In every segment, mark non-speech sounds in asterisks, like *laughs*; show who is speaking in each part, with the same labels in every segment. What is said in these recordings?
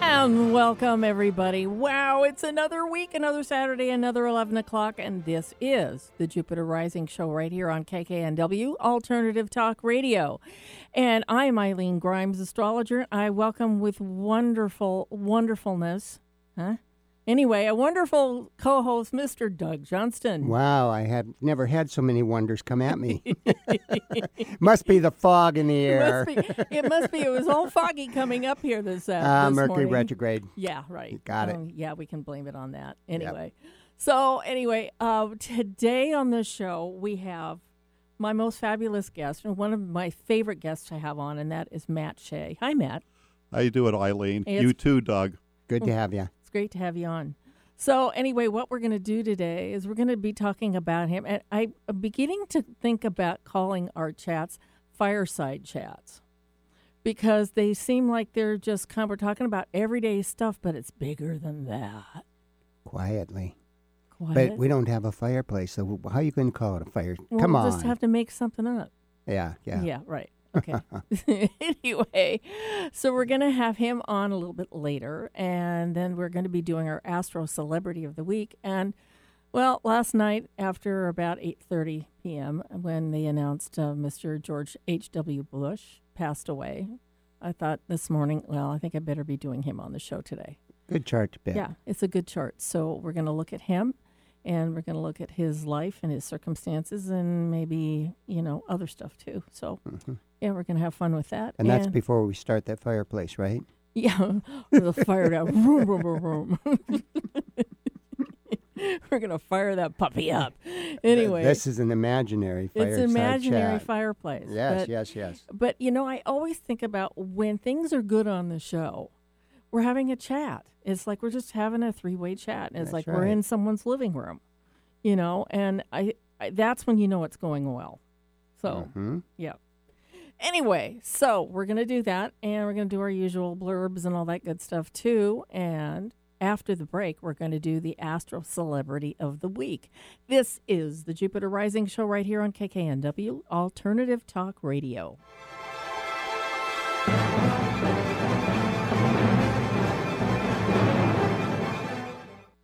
Speaker 1: Welcome, welcome, everybody. Wow, it's another week, another Saturday, another 11 o'clock, and this is the Jupiter Rising Show right here on KKNW Alternative Talk Radio. And I'm Eileen Grimes, astrologer. I welcome with wonderful wonderfulness. Huh? Anyway, a wonderful co host, Mr. Doug Johnston.
Speaker 2: Wow, I had never had so many wonders come at me. *laughs* Must be the fog in the air.
Speaker 1: Must be, it must be. It was all foggy coming up here this, uh,
Speaker 2: Ah,
Speaker 1: this
Speaker 2: Mercury
Speaker 1: morning.
Speaker 2: retrograde.
Speaker 1: Yeah, right.
Speaker 2: got it.
Speaker 1: Um, yeah, we can blame it on that. Anyway. So, anyway, uh, today on the show, we have my most fabulous guest and one of my favorite guests to have on, and that is Matt Shea. Hi, Matt.
Speaker 3: How you doing, Eileen?
Speaker 1: Hey,
Speaker 3: you
Speaker 1: it's-
Speaker 3: too, Doug.
Speaker 2: Good to have you.
Speaker 1: It's great to have you on. So, anyway, what we're going to do today is we're going to be talking about him. And I- I'm beginning to think about calling our chats fireside chats because they seem like they're just kind of, we're talking about everyday stuff, but it's bigger than that.
Speaker 2: Quietly.
Speaker 1: Quiet.
Speaker 2: But we don't have a fireplace, so how you going to call it a fire?
Speaker 1: Well,
Speaker 2: Come
Speaker 1: we'll
Speaker 2: on.
Speaker 1: just have to make something up.
Speaker 2: yeah, yeah, *laughs*
Speaker 1: right. Okay. *laughs* anyway, so we're going to have him on a little bit later, and then we're going to be doing our Astro Celebrity of the Week. And well, last night after about eight thirty p.m., when they announced uh, Mr. George H. W. Bush passed away, I thought this morning, well, I think I better be doing him on the show today.
Speaker 2: Good chart to pick.
Speaker 1: Yeah, it's a good chart. So we're going to look at him and we're going to look at his life and his circumstances and maybe, you know, other stuff too. So, yeah, we're going to have fun with that.
Speaker 2: Mm-hmm. And that's before we start that fireplace, right?
Speaker 1: *laughs* Yeah, the fire
Speaker 2: *laughs*
Speaker 1: out. Vroom, vroom, vroom, vroom. *laughs* we're going to fire that puppy up.
Speaker 2: Th-
Speaker 1: Anyway,
Speaker 2: This is an imaginary
Speaker 1: it's
Speaker 2: fireplace.
Speaker 1: imaginary fireplace.
Speaker 2: Yes,
Speaker 1: but-
Speaker 2: yes, yes.
Speaker 1: But you know, I always think about when things are good on the show, we're having a chat. It's like we're just having a three-way chat, and it's like
Speaker 2: That's
Speaker 1: we're
Speaker 2: right.
Speaker 1: in someone's living room, you know. And I, I that's when you know it's going well. So
Speaker 2: hmm
Speaker 1: yeah. Anyway, so we're gonna do that, and we're gonna do our usual blurbs and all that good stuff too. And after the break, we're gonna do the Astro Celebrity of the Week. This is the Jupiter Rising Show right here on KKNW Alternative Talk Radio.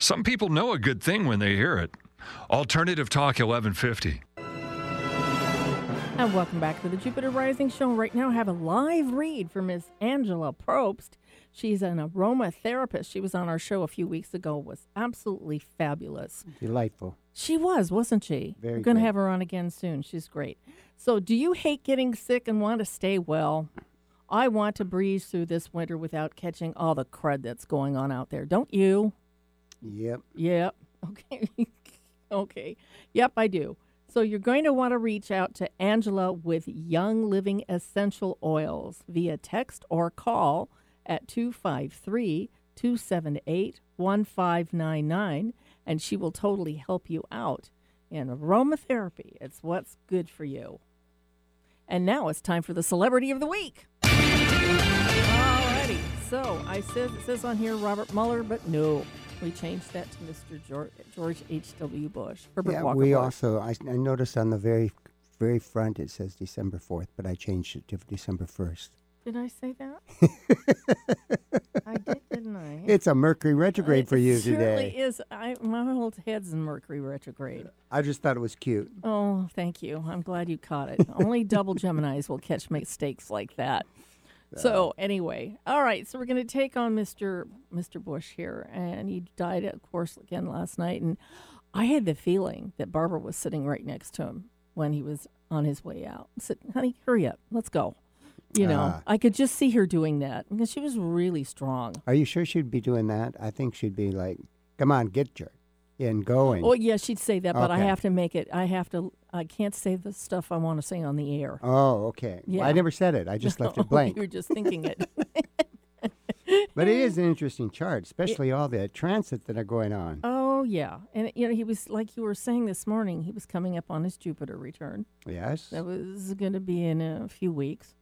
Speaker 4: Some people know a good thing when they hear it. Alternative Talk 1150.
Speaker 1: And welcome back to the Jupiter Rising Show. Right now, I have a live read for Miss Angela Probst. She's an aromatherapist. She was on our show a few weeks ago. Was absolutely fabulous.
Speaker 2: Delightful.
Speaker 1: She was, wasn't she?
Speaker 2: Very
Speaker 1: We're going to
Speaker 2: good.
Speaker 1: have her on again soon. She's great. So, do you hate getting sick and want to stay well? I want to breeze through this winter without catching all the crud that's going on out there. Don't you?
Speaker 2: Yep.
Speaker 1: Yep. *laughs* Okay. okay. Yep, I do. So you're going to want to reach out to Angela with Young Living Essential Oils via text or call at 253 278 1599, and she will totally help you out. And aromatherapy, it's what's good for you. And now it's time for the celebrity of the week. Alrighty. So I says it says on here Robert Mueller, but no, we changed that to Mr. George, George H. W. Bush. Herbert
Speaker 2: yeah,
Speaker 1: Walker
Speaker 2: we
Speaker 1: Bush.
Speaker 2: also I, I noticed on the very very front it says December 4th, but I changed it to December 1st.
Speaker 1: Did I say that?
Speaker 2: *laughs*
Speaker 1: I did, didn't I?
Speaker 2: It's a Mercury retrograde for you
Speaker 1: it
Speaker 2: today.
Speaker 1: Surely is. I, my old head's in Mercury retrograde.
Speaker 2: I just thought it was cute.
Speaker 1: Oh, thank you. I'm glad you caught it.
Speaker 2: *laughs*
Speaker 1: Only double Geminis will catch mistakes like that. So anyway, all right. So we're going to take on Mr. Mr. Bush here, and he died, of course, again last night. And I had the feeling that Barbara was sitting right next to him when he was on his way out. I said, "Honey, hurry up, let's go." You know,
Speaker 2: Ah.
Speaker 1: I could just see her doing that because she was really strong.
Speaker 2: Are you sure she'd be doing that? I think she'd be like, "Come on, get your and going."
Speaker 1: Well, yeah, she'd say that, but I
Speaker 2: Okay.
Speaker 1: have to make it. I have to. I can't say the stuff I want to say on the air.
Speaker 2: oh, okay. Well,
Speaker 1: Yeah.
Speaker 2: *laughs*
Speaker 1: *laughs*
Speaker 2: I never said it. I just left
Speaker 1: Oh,
Speaker 2: it blank. *laughs*
Speaker 1: You were just thinking it.
Speaker 2: But it is an interesting chart, especially all the transits that are going on.
Speaker 1: Oh yeah, and you know he was like you were saying this morning. He was coming up on his Jupiter return.
Speaker 2: Yes.
Speaker 1: That was going to be in a few weeks,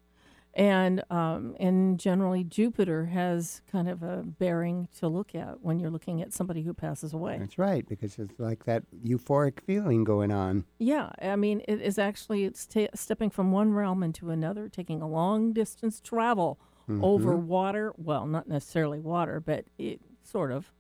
Speaker 1: and um, and generally Jupiter has kind of a bearing to look at when you're looking at somebody who passes away.
Speaker 2: That's right, because it's like that euphoric feeling going on.
Speaker 1: Yeah, I mean, it is actually it's ta stepping from one realm into another, taking a long distance travel
Speaker 2: Mm-hmm.
Speaker 1: over water. Well, not necessarily water, but it sort of.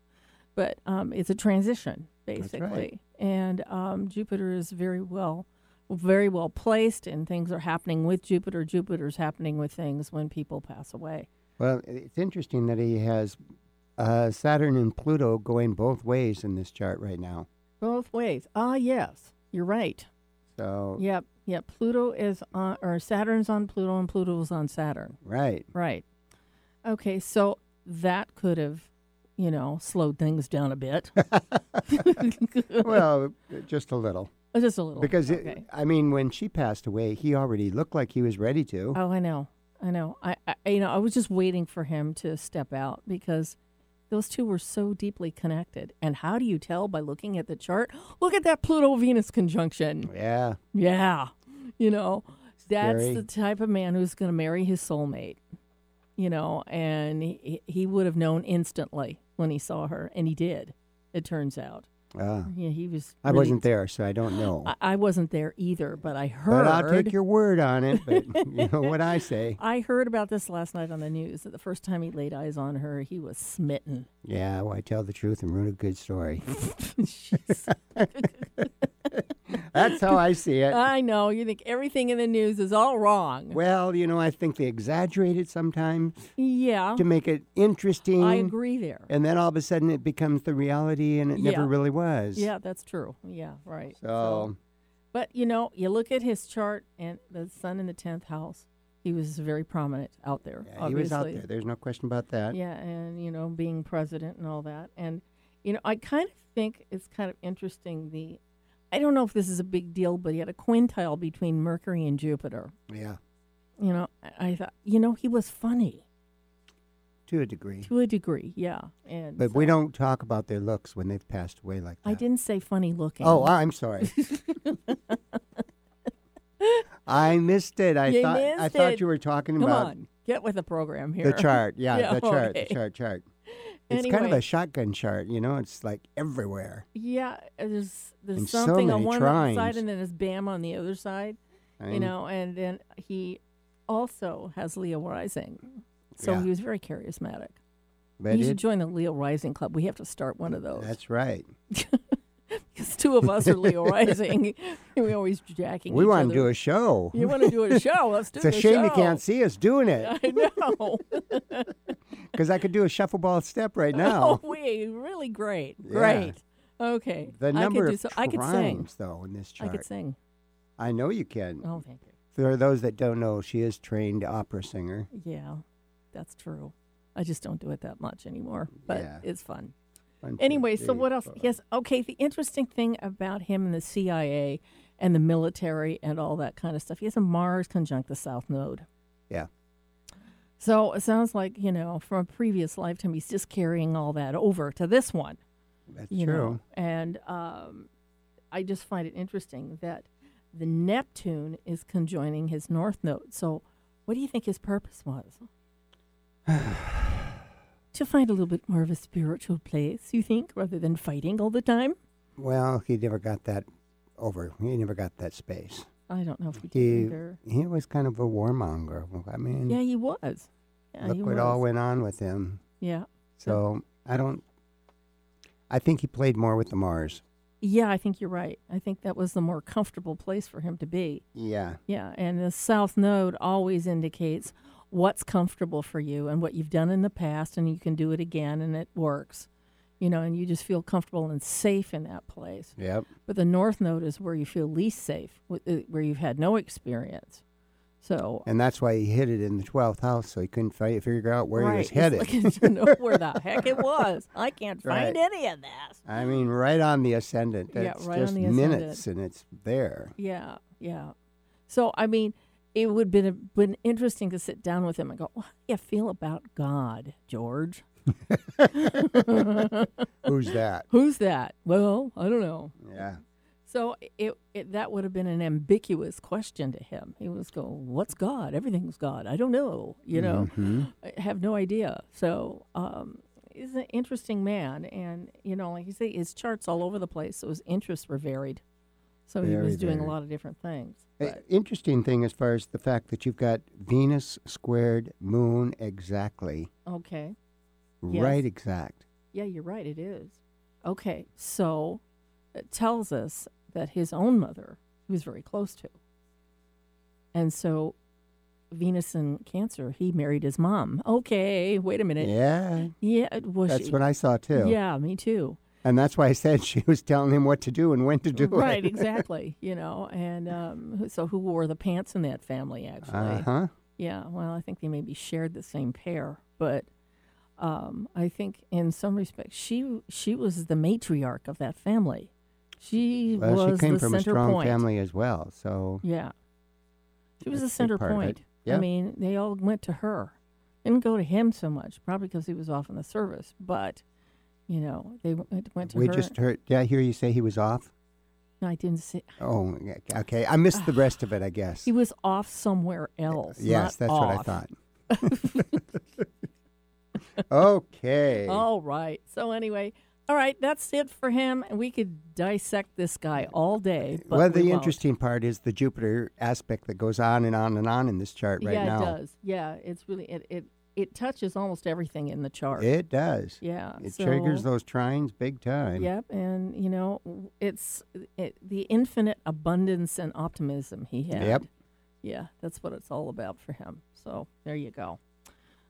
Speaker 1: But um, it's a transition
Speaker 2: That's right.
Speaker 1: basically, and um, Jupiter is very well, very well placed, and things are happening with Jupiter. Jupiter's happening with things when people pass away.
Speaker 2: Well, it's interesting that he has uh, Saturn and Pluto going both ways in this chart right now.
Speaker 1: Both ways. Ah, yes, you're right.
Speaker 2: So,
Speaker 1: Yep, yep. Pluto is on, or Saturn's on Pluto, and Pluto's on Saturn. *laughs*
Speaker 2: right.
Speaker 1: Right. Okay, so that could have, you know, slowed things down a bit.
Speaker 2: *laughs*
Speaker 1: *laughs*
Speaker 2: Well, just a little.
Speaker 1: just a little.
Speaker 2: Because, it-
Speaker 1: Oh, okay.
Speaker 2: I mean, when she passed away, he already looked like he was ready to.
Speaker 1: oh, I know, I know. I, I, you know, I was just waiting for him to step out because those two were so deeply connected. And how do you tell by looking at the chart? Look at that Pluto Venus conjunction.
Speaker 2: Yeah.
Speaker 1: Yeah, you know, that's
Speaker 2: Scary.
Speaker 1: the type of man who's going to marry his soulmate. You know, and he, he would have known instantly when he saw her, and he did. It turns out.
Speaker 2: Uh,
Speaker 1: Yeah, he was.
Speaker 2: I
Speaker 1: really-
Speaker 2: wasn't there, so I don't know.
Speaker 1: I, I wasn't there either, but I heard.
Speaker 2: but I'll take your word on it.
Speaker 1: *laughs*
Speaker 2: But you know what I say.
Speaker 1: I heard about this last night on the news. That the first time he laid eyes on her, he was smitten. *laughs*
Speaker 2: Yeah, well, I tell the truth and ruin a good story.
Speaker 1: Jeez.
Speaker 2: That's how I
Speaker 1: *laughs*
Speaker 2: see it.
Speaker 1: I know. You think everything in the news is all wrong.
Speaker 2: Well, you know, I think they exaggerate it sometimes
Speaker 1: yeah,
Speaker 2: to make it interesting.
Speaker 1: Uh-huh. I agree there.
Speaker 2: And then all of a sudden it becomes the reality and it never
Speaker 1: Yeah.
Speaker 2: really was.
Speaker 1: Yeah, that's true. Yeah, right.
Speaker 2: So,
Speaker 1: But you know, you look at his chart and the sun in the tenth house. He was very prominent out there.
Speaker 2: yeah,
Speaker 1: obviously.
Speaker 2: he was out there. There's no question about that.
Speaker 1: Yeah, and you know, being president and all that. And you know, I kind of think it's kind of interesting. The I don't know if this is a big deal, but he had a quintile between Mercury and Jupiter.
Speaker 2: Yeah,
Speaker 1: You know, I, I thought, you know, he was funny
Speaker 2: to a degree.
Speaker 1: to a degree. Yeah, and
Speaker 2: But we don't talk about their looks when they've passed away like that.
Speaker 1: I didn't say funny looking.
Speaker 2: Oh, I'm sorry.
Speaker 1: *laughs*
Speaker 2: I missed it. I
Speaker 1: You
Speaker 2: thought I
Speaker 1: missed
Speaker 2: thought
Speaker 1: it.
Speaker 2: you were talking
Speaker 1: come
Speaker 2: about
Speaker 1: on, get with the program here.
Speaker 2: the chart. Yeah,
Speaker 1: Yeah,
Speaker 2: the chart,
Speaker 1: okay.
Speaker 2: the chart, chart. It's kind of
Speaker 1: Anyway.
Speaker 2: a shotgun chart, you know. It's like everywhere.
Speaker 1: Yeah, uh, there's there's
Speaker 2: And so
Speaker 1: something on
Speaker 2: many
Speaker 1: one
Speaker 2: trines.
Speaker 1: side and then there's Bam on the other side,
Speaker 2: I
Speaker 1: you
Speaker 2: mean,
Speaker 1: know, and then he also has Leo Rising. So
Speaker 2: Yeah.
Speaker 1: he was very charismatic.
Speaker 2: but
Speaker 1: you should
Speaker 2: it-
Speaker 1: join the Leo Rising Club. We have to start one of those.
Speaker 2: that's right.
Speaker 1: Because two of us are Leo
Speaker 2: *laughs*
Speaker 1: Rising. *laughs* and we always jacking
Speaker 2: We
Speaker 1: each
Speaker 2: want
Speaker 1: other.
Speaker 2: to do a show.
Speaker 1: You
Speaker 2: *laughs*
Speaker 1: want to do a show? Let's do
Speaker 2: It's a
Speaker 1: the
Speaker 2: shame you
Speaker 1: show.
Speaker 2: can't see us doing it
Speaker 1: *laughs* I know.
Speaker 2: because I could do a shuffleball step right now.
Speaker 1: *laughs* Oh, we really great.
Speaker 2: Yeah.
Speaker 1: Great. Okay.
Speaker 2: The number
Speaker 1: I could do
Speaker 2: of
Speaker 1: so. I could sing.
Speaker 2: trines, though, in this
Speaker 1: I
Speaker 2: chart.
Speaker 1: could sing.
Speaker 2: I know you can.
Speaker 1: Oh, thank you.
Speaker 2: For those that don't know, she is trained opera singer.
Speaker 1: Yeah, that's true. I just don't do it that much anymore, but
Speaker 2: Yeah.
Speaker 1: it's fun.
Speaker 2: One, two,
Speaker 1: Anyway, so
Speaker 2: three,
Speaker 1: what else?
Speaker 2: four.
Speaker 1: Yes, okay. The interesting thing about him and the CIA and the military and all that kind of stuff, he has a Mars conjunct the South Node.
Speaker 2: Yeah.
Speaker 1: So it sounds like, you know, from a previous lifetime, he's just carrying all that over to this one
Speaker 2: That's
Speaker 1: you
Speaker 2: true.
Speaker 1: know and um, i just find it interesting that the neptune is conjoining his north node so what do you think his purpose
Speaker 2: *sighs*
Speaker 1: was to find a little bit more of a spiritual place you think rather than fighting all the time
Speaker 2: Well, he never got that over. He never got that space.
Speaker 1: i don't know if he did
Speaker 2: He,
Speaker 1: either
Speaker 2: he was kind of a warmonger. I mean,
Speaker 1: yeah he was yeah
Speaker 2: look
Speaker 1: he
Speaker 2: what
Speaker 1: was
Speaker 2: all went on with him.
Speaker 1: yeah
Speaker 2: So I don't. I think he played more with the Mars.
Speaker 1: yeah i think you're right i think that was the more comfortable place for him to be
Speaker 2: Yeah.
Speaker 1: Yeah, and the South Node always indicates what's comfortable for you and what you've done in the past, and you can do it again, and it works. You know, and you just feel comfortable and safe in that place.
Speaker 2: Yep.
Speaker 1: But the North Node is where you feel least safe, wh- uh, where you've had no experience. So
Speaker 2: And that's why he hid it in the twelfth house, so he couldn't fi- figure out where
Speaker 1: right,
Speaker 2: he was
Speaker 1: it's
Speaker 2: headed.
Speaker 1: like *laughs* you know where
Speaker 2: *laughs*
Speaker 1: the heck it was. I can't
Speaker 2: Right.
Speaker 1: find any of this.
Speaker 2: I mean, right on the ascendant.
Speaker 1: Yeah,
Speaker 2: That's
Speaker 1: right on
Speaker 2: just
Speaker 1: the ascendant.
Speaker 2: minutes, and it's there.
Speaker 1: Yeah, yeah. So I mean, it would have been, been interesting to sit down with him and go, well, how do you feel about God, George?
Speaker 2: Who's
Speaker 1: *laughs*
Speaker 2: that?
Speaker 1: Who's that? Well, I don't know.
Speaker 2: Yeah.
Speaker 1: So it, it that would have been an ambiguous question to him. He was going, "What's God? Everything's God. I don't know. You know,
Speaker 2: Mm-hmm.
Speaker 1: I have no idea." So um, he's an interesting man, and you know, like you say, his charts all over the place, so his interests were varied. So he
Speaker 2: Very
Speaker 1: was doing a
Speaker 2: varied.
Speaker 1: lot of different things.
Speaker 2: A-
Speaker 1: But
Speaker 2: interesting thing as far as the fact that you've got Venus squared moon exactly,
Speaker 1: okay, Yes.
Speaker 2: right exact.
Speaker 1: yeah, you're right. It is okay. So it tells us that his own mother he was very close to, and so Venus in Cancer, he married his mom. Okay, wait a minute.
Speaker 2: yeah.
Speaker 1: Yeah, it was
Speaker 2: That's
Speaker 1: she-
Speaker 2: what I saw too.
Speaker 1: Yeah, me too.
Speaker 2: And that's why I said she was telling him what to do and when to *laughs* do
Speaker 1: right,
Speaker 2: it.
Speaker 1: exactly. You know, and um, who- so who wore the pants in that family? Actually,
Speaker 2: Uh huh.
Speaker 1: yeah. Well, I think they maybe shared the same pair, but um, I think in some respects she she was the matriarch of that family. She
Speaker 2: Well,
Speaker 1: was
Speaker 2: she came
Speaker 1: the
Speaker 2: from a
Speaker 1: center
Speaker 2: strong
Speaker 1: point.
Speaker 2: family as well. So
Speaker 1: Yeah, she was the
Speaker 2: That's a big
Speaker 1: center
Speaker 2: part of it.
Speaker 1: point. I
Speaker 2: Yeah.
Speaker 1: mean, they all went to her. Didn't go to him so much, probably because he was off in the service. But you know, they went went to
Speaker 2: we
Speaker 1: her.
Speaker 2: just heard. Did I hear you say he was off?
Speaker 1: No, I didn't see.
Speaker 2: Oh, yeah, okay. I missed the rest of it. I guess.
Speaker 1: He was off somewhere else. not
Speaker 2: yes, that's what I
Speaker 1: off.
Speaker 2: thought.
Speaker 1: *laughs*
Speaker 2: okay.
Speaker 1: All right. So anyway, all right. That's it for him, and we could dissect this guy all day. But
Speaker 2: well,
Speaker 1: we
Speaker 2: the
Speaker 1: won't.
Speaker 2: interesting part is the Jupiter aspect that goes on and on and on in this chart right
Speaker 1: yeah,
Speaker 2: now.
Speaker 1: it does. Yeah, it's really it it it touches almost everything in the chart.
Speaker 2: It does.
Speaker 1: yeah,
Speaker 2: It triggers
Speaker 1: so-
Speaker 2: those trines big time.
Speaker 1: Yep, and you know it's it, the infinite abundance and optimism he had.
Speaker 2: Yep.
Speaker 1: Yeah, that's what it's all about for him. So there you go.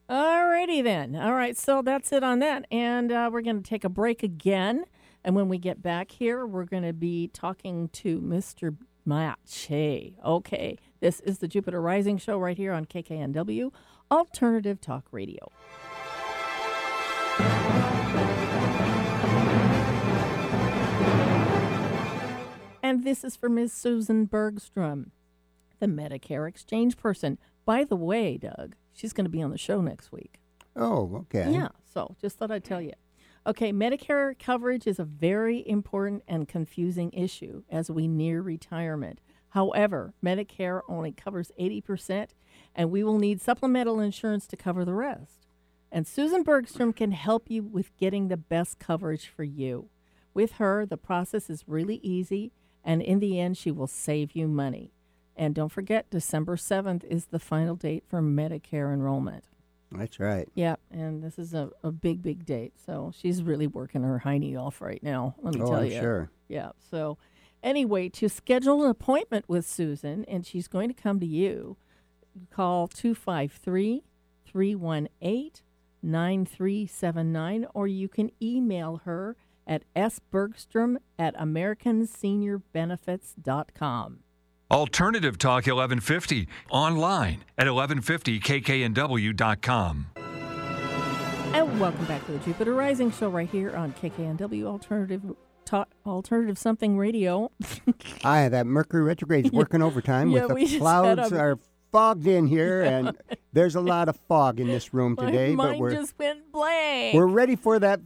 Speaker 1: Alrighty then. All right, so that's it on that, and uh, we're going to take a break again. And when we get back here, we're going to be talking to Mr. Mache. Okay, this is the Jupiter Rising Show right here on KKNW Alternative Talk Radio. And this is for Ms. Susan Bergstrom, the Medicare exchange person. By the way, Doug, she's going to be on the show next week.
Speaker 2: Oh, okay.
Speaker 1: Yeah, so just thought I'd tell you. Okay, Medicare coverage is a very important and confusing issue as we near retirement. However, Medicare only covers 80%, and we will need supplemental insurance to cover the rest. And Susan Bergstrom can help you with getting the best coverage for you. With her, the process is really easy, and in the end, she will save you money. And don't forget, December 7th is the final date for Medicare enrollment.
Speaker 2: That's right.
Speaker 1: Yeah, and this is a, a big, big date. So she's really working her hiney off right now. Let me
Speaker 2: oh,
Speaker 1: tell
Speaker 2: I'm
Speaker 1: you.
Speaker 2: sure.
Speaker 1: Yeah. So anyway, to schedule an appointment with Susan, and she's going to come to you, call 253 318 9379, or you can email her at sbergstrom at americanseniorbenefits.com.
Speaker 4: Alternative Talk 1150 online at 1150kknw.com.
Speaker 1: And welcome back to the Jupiter Rising Show right here on KKNW Alternative Ta- Alternative Something
Speaker 2: *laughs*
Speaker 1: Radio.
Speaker 2: Aye, Ah, that Mercury
Speaker 1: *laughs*
Speaker 2: retrograde's working overtime
Speaker 1: Yeah,
Speaker 2: with the
Speaker 1: we just had
Speaker 2: clouds
Speaker 1: a-
Speaker 2: are fogged in here,
Speaker 1: *laughs*
Speaker 2: and there's a lot of fog in this room
Speaker 1: My
Speaker 2: today. but
Speaker 1: mind
Speaker 2: we're
Speaker 1: just went blank.
Speaker 2: we're ready for that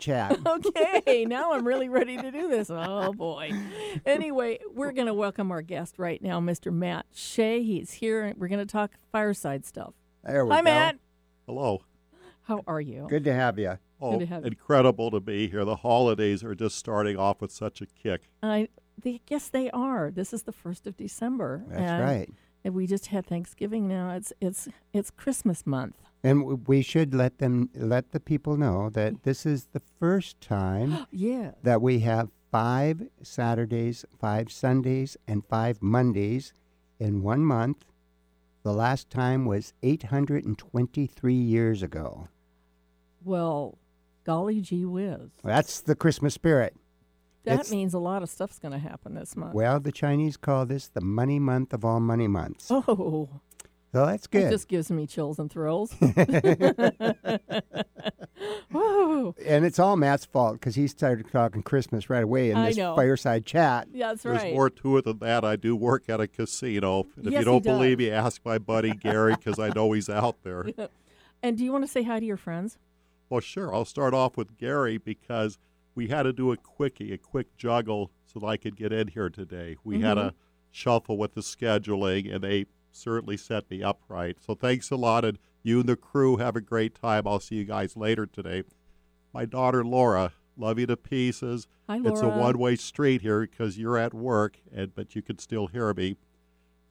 Speaker 1: *laughs*
Speaker 2: chat. *laughs*
Speaker 1: okay, now I'm really ready to do this. Oh boy. Anyway, we're going to welcome our guest right now, Mr. Matt Shea. He's here, and we're going to talk fireside stuff.
Speaker 2: There we
Speaker 1: Hi,
Speaker 2: go.
Speaker 1: Matt.
Speaker 3: Hello.
Speaker 1: How are you?
Speaker 2: Good to have you.
Speaker 3: Oh,
Speaker 1: to have you.
Speaker 3: incredible to be here. The holidays are just starting off with such a kick.
Speaker 1: I they, yes, they are. This is the first of December.
Speaker 2: That's
Speaker 1: and-
Speaker 2: right.
Speaker 1: And we just had Thanksgiving. Now it's it's it's Christmas month.
Speaker 2: And w- we should let them let the people know that this is the
Speaker 1: *gasps*
Speaker 2: first time
Speaker 1: Yeah.
Speaker 2: that we have five Saturdays, five Sundays, and five Mondays in one month. The last time was 823 years ago.
Speaker 1: Well, golly gee whiz.
Speaker 2: That's the Christmas spirit.
Speaker 1: That
Speaker 2: It's-
Speaker 1: means a lot of stuff's going to happen this month.
Speaker 2: Well, the Chinese call this the money month of all money months.
Speaker 1: oh,
Speaker 2: So that's
Speaker 1: it
Speaker 2: good. *laughs*
Speaker 1: just gives me chills and thrills. *laughs* Whoa. true.
Speaker 2: And it's all Matt's fault because he started talking Christmas right away in
Speaker 1: I
Speaker 2: this
Speaker 1: know.
Speaker 2: fireside chat.
Speaker 1: That's
Speaker 3: There's
Speaker 1: right.
Speaker 3: more to it than that. I do work at a casino. And
Speaker 1: Yes,
Speaker 3: if you
Speaker 1: he
Speaker 3: don't believe
Speaker 1: does.
Speaker 3: me, ask my buddy Gary because I know he's
Speaker 1: *laughs*
Speaker 3: out there.
Speaker 1: and do you want to say hi to your friends?
Speaker 3: Well, sure. I'll start off with Gary because we had to do a quickie, a quick juggle so that I could get in here today. We had a shuffle with the scheduling, and they certainly set me up right. So thanks a lot, and you and the crew have a great time. I'll see you guys later today. My daughter Laura, love you to pieces.
Speaker 1: Hi,
Speaker 3: It's a
Speaker 1: Laura.
Speaker 3: one-way street here because you're at work, and but you can still hear me.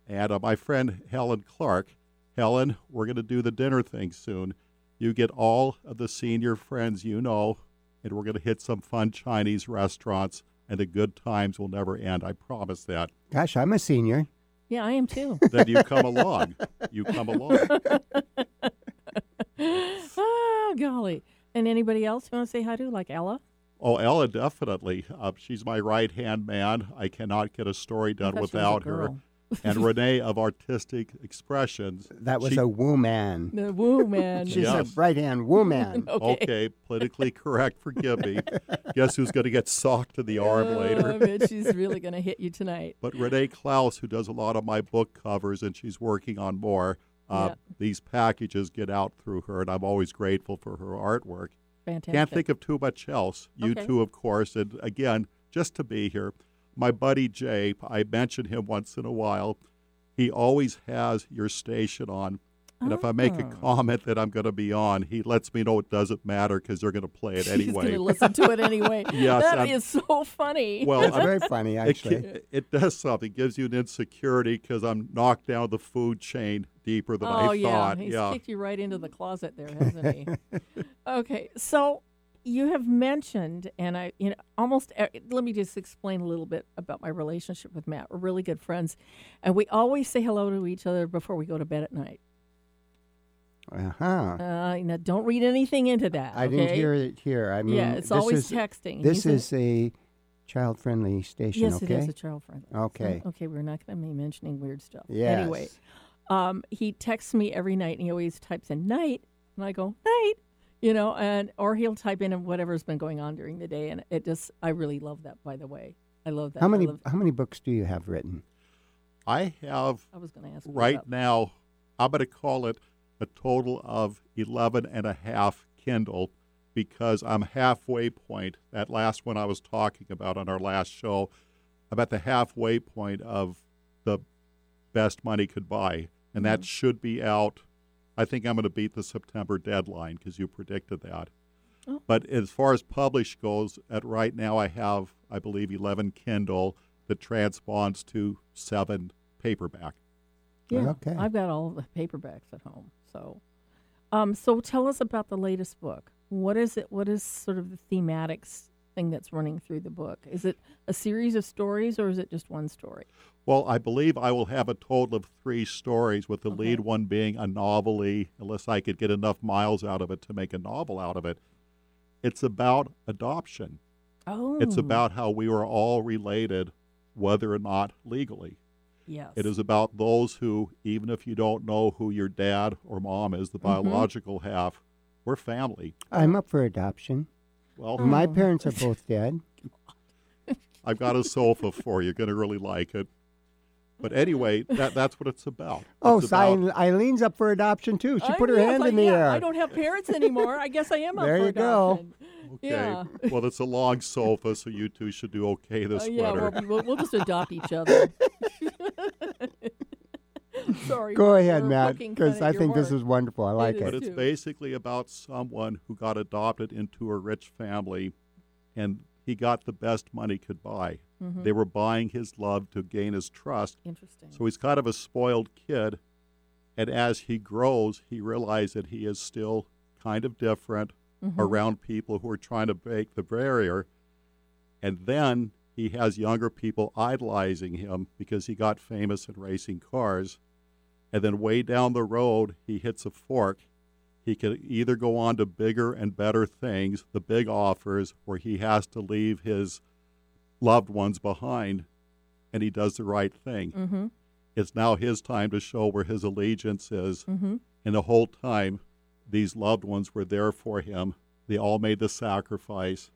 Speaker 3: And uh, my friend Helen Clark, Helen, we're going to do the dinner thing soon. You get all of the senior friends you know, and we're going to hit some fun Chinese restaurants, and the good times will never end. I promise that.
Speaker 2: Gosh, I'm a senior.
Speaker 1: Yeah, I am
Speaker 3: *laughs*
Speaker 1: too. *laughs*
Speaker 3: Then you come along. You come along.
Speaker 1: oh, golly. And anybody else you want to say hi to, like Ella?
Speaker 3: Oh, Ella, definitely. Uh, she's my right hand man. I cannot get a story done
Speaker 1: thought she was a
Speaker 3: without her.
Speaker 1: girl. *laughs*
Speaker 3: and Renee of Artistic Expressions.
Speaker 2: That was
Speaker 3: She-
Speaker 2: a woman.
Speaker 1: The woo man.
Speaker 2: She's
Speaker 3: Yes.
Speaker 2: a right hand
Speaker 1: *laughs*
Speaker 2: woman.
Speaker 1: Okay.
Speaker 3: politically correct. Forgive
Speaker 1: *laughs*
Speaker 3: me. Guess who's going to get socked in the arm
Speaker 1: Oh, I
Speaker 3: later?
Speaker 1: *laughs* bet she's really going to hit you tonight.
Speaker 3: But Renee Klaus, who does a lot of my book covers, and she's working on more. Uh,
Speaker 1: Yeah.
Speaker 3: These packages get out through her, and I'm always grateful for her artwork.
Speaker 1: Fantastic.
Speaker 3: Can't think of too much else. You
Speaker 1: Okay.
Speaker 3: two, of course, and again, just to be here, my buddy Jay. I mention him once in a while. He always has your station on, and if I make a
Speaker 1: Ah.
Speaker 3: comment that I'm going to be on, he lets me know it doesn't matter because they're going to
Speaker 1: *laughs*
Speaker 3: play it
Speaker 1: She's going
Speaker 3: anyway.
Speaker 1: to listen to it anyway.
Speaker 3: *laughs* Yes,
Speaker 1: That
Speaker 3: I'm-
Speaker 1: is so funny.
Speaker 3: well,
Speaker 2: That's
Speaker 3: I'm-
Speaker 2: very funny,
Speaker 3: it,
Speaker 2: actually.
Speaker 3: ki- it does something. It gives you an insecurity because I'm knocked down the food chain deeper than
Speaker 1: oh,
Speaker 3: I
Speaker 1: yeah.
Speaker 3: thought.
Speaker 1: He's
Speaker 3: yeah.
Speaker 1: kicked you right into the closet there, hasn't he?
Speaker 2: *laughs*
Speaker 1: okay. So you have mentioned, and I, you know, almost, e- let me just explain a little bit about my relationship with Matt. We're really good friends, and we always say hello to each other before we go to bed at night.
Speaker 2: Uh huh.
Speaker 1: Uh, you know, don't read anything into that.
Speaker 2: I didn't
Speaker 1: okay?
Speaker 2: hear it here. I mean,
Speaker 1: yeah, it's
Speaker 2: this
Speaker 1: always
Speaker 2: is,
Speaker 1: texting.
Speaker 2: This
Speaker 1: He's a-
Speaker 2: is a child friendly station,
Speaker 1: Yes,
Speaker 2: okay?
Speaker 1: it is a child friendly.
Speaker 2: Okay.
Speaker 1: Okay, we're not going to be mentioning weird stuff.
Speaker 2: Yes.
Speaker 1: Anyway, um, he texts me every night, and he always types in night, and I go night, you know, and or he'll type in whatever's been going on during the day, and it just I really love that. By the way, I love that.
Speaker 2: How
Speaker 1: I
Speaker 2: many
Speaker 1: love-
Speaker 2: how many books do you have written?
Speaker 3: I have
Speaker 1: I was going to ask you
Speaker 3: right
Speaker 1: about-
Speaker 3: now, I'm going to call it a total of 11 and a half Kindle because I'm halfway point. That last one I was talking about on our last show, I'm at the halfway point of the best money could buy. And that should be out. I think I'm going to beat the September deadline because you predicted that.
Speaker 1: Oh.
Speaker 3: But as far as published goes, at right now I have, I believe, 11 Kindle that transponds to seven paperback.
Speaker 1: Yeah,
Speaker 2: Okay.
Speaker 1: I've got all the paperbacks at home. So, um, so tell us about the latest book. What is it? What is sort of the thematic s- thing that's running through the book? Is it a series of stories or is it just one story?
Speaker 3: Well, I believe I will have a total of three stories, with the
Speaker 1: Okay.
Speaker 3: lead one being a novelty, unless I could get enough miles out of it to make a novel out of it. It's about adoption.
Speaker 1: Oh,
Speaker 3: It's about how we are all related, whether or not legally.
Speaker 1: yes.
Speaker 3: It is about those who, even if you don't know who your dad or mom is, the
Speaker 1: Mm-hmm.
Speaker 3: biological half, we're family.
Speaker 2: I'm up for adoption.
Speaker 3: Well,
Speaker 2: My
Speaker 1: Oh.
Speaker 2: parents are both dead.
Speaker 3: I've got a sofa for you. You're going to really like it. But anyway, that, that's what it's about.
Speaker 2: Oh,
Speaker 3: It's
Speaker 2: so
Speaker 3: about-
Speaker 2: Eileen- Eileen's up for adoption too. *laughs* She
Speaker 1: I'm-
Speaker 2: put her
Speaker 1: yes,
Speaker 2: hand
Speaker 1: I-
Speaker 2: in the
Speaker 1: yeah,
Speaker 2: air.
Speaker 1: I don't have parents anymore. I guess I
Speaker 2: *laughs*
Speaker 1: am up
Speaker 2: There
Speaker 1: for
Speaker 2: you go.
Speaker 1: adoption.
Speaker 3: Okay.
Speaker 1: Yeah.
Speaker 3: Well, it's a long sofa, so you two should do okay this
Speaker 1: Uh, yeah,
Speaker 3: winter.
Speaker 1: we'll, be- we'll, we'll just adopt each other. *laughs* Sorry.
Speaker 2: Go ahead,
Speaker 1: we're
Speaker 2: Matt,
Speaker 1: poking fun
Speaker 2: because
Speaker 1: at
Speaker 2: I
Speaker 1: your
Speaker 2: think this
Speaker 1: work.
Speaker 2: is wonderful. I like
Speaker 1: is.
Speaker 3: but
Speaker 2: it.
Speaker 3: it's
Speaker 1: too.
Speaker 3: basically about someone who got adopted into a rich family and he got the best money could buy.
Speaker 1: Mm-hmm.
Speaker 3: They were buying his love to gain his trust.
Speaker 1: interesting.
Speaker 3: So he's kind of a spoiled kid. And as he grows, he realizes that he is still kind of different
Speaker 1: Mm-hmm.
Speaker 3: around people who are trying to break the barrier. And then he has younger people idolizing him because he got famous in racing cars. And then way down the road, he hits a fork. He can either go on to bigger and better things, the big offers, or he has to leave his loved ones behind. And he does the right thing
Speaker 1: mm-hmm.
Speaker 3: it's now his time to show where his allegiance is.
Speaker 1: Mm-hmm.
Speaker 3: And the whole time, these loved ones were there for him. They all made the sacrifice,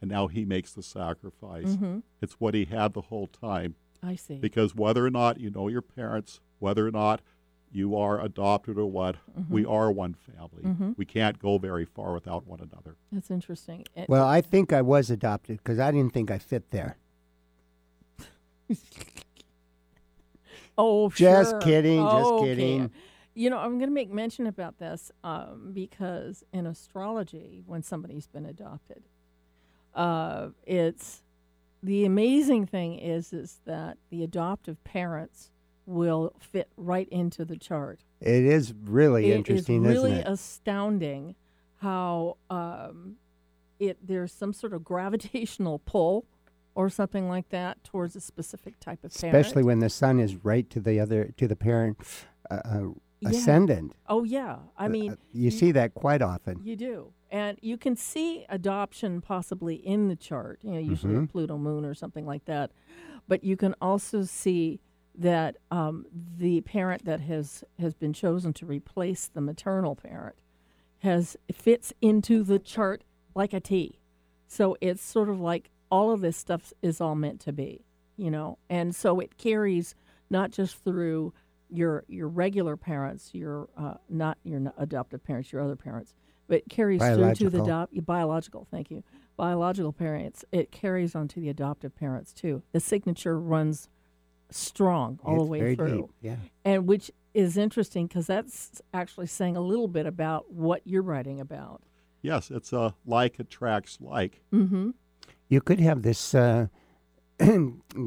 Speaker 3: and now he makes the sacrifice.
Speaker 1: Mhm.
Speaker 3: It's what he had the whole time.
Speaker 1: I see.
Speaker 3: Because whether or not you know your parents, whether or not you are adopted or what, we are one family. We can't go very far without one another.
Speaker 1: That's interesting. It-
Speaker 2: Well, I think I was adopted because I didn't think I fit there.
Speaker 1: oh,
Speaker 2: Just
Speaker 1: sure. Oh,
Speaker 2: kidding, just
Speaker 1: Okay.
Speaker 2: kidding.
Speaker 1: You know, I'm going to make mention about this um, because in astrology, when somebody's been adopted, uh, it's the amazing thing is is that the adoptive parents will fit right into the chart.
Speaker 2: It is really interesting,
Speaker 1: It is really
Speaker 2: isn't it?
Speaker 1: astounding how um, it there's some sort of gravitational pull or something like that towards a specific type of parent.
Speaker 2: Especially when the sun is right to the other to the parent uh, uh,
Speaker 1: Yeah.
Speaker 2: ascendant.
Speaker 1: oh yeah, I
Speaker 2: Uh,
Speaker 1: mean
Speaker 2: uh, you see that quite often.
Speaker 1: you do, and you can see adoption possibly in the chart. You know, usually a Pluto moon or something like that, but you can also see that um, the parent that has has been chosen to replace the maternal parent has fits into the chart like a T. So it's sort of like all of this stuff is all meant to be, you know. And so it carries not just through your your regular parents, your uh, not your n- adoptive parents, your other parents, but it carries through to the
Speaker 2: Biological.
Speaker 1: adop- biological. Thank you, biological parents. It carries on to the adoptive parents too. The signature runs strong all
Speaker 2: it's
Speaker 1: the way
Speaker 2: very
Speaker 1: through
Speaker 2: deep. Yeah.
Speaker 1: and which is interesting because that's actually saying a little bit about what you're writing about.
Speaker 3: Yes, it's a like attracts like.
Speaker 1: Mm-hmm.
Speaker 2: You could have this uh, *clears throat*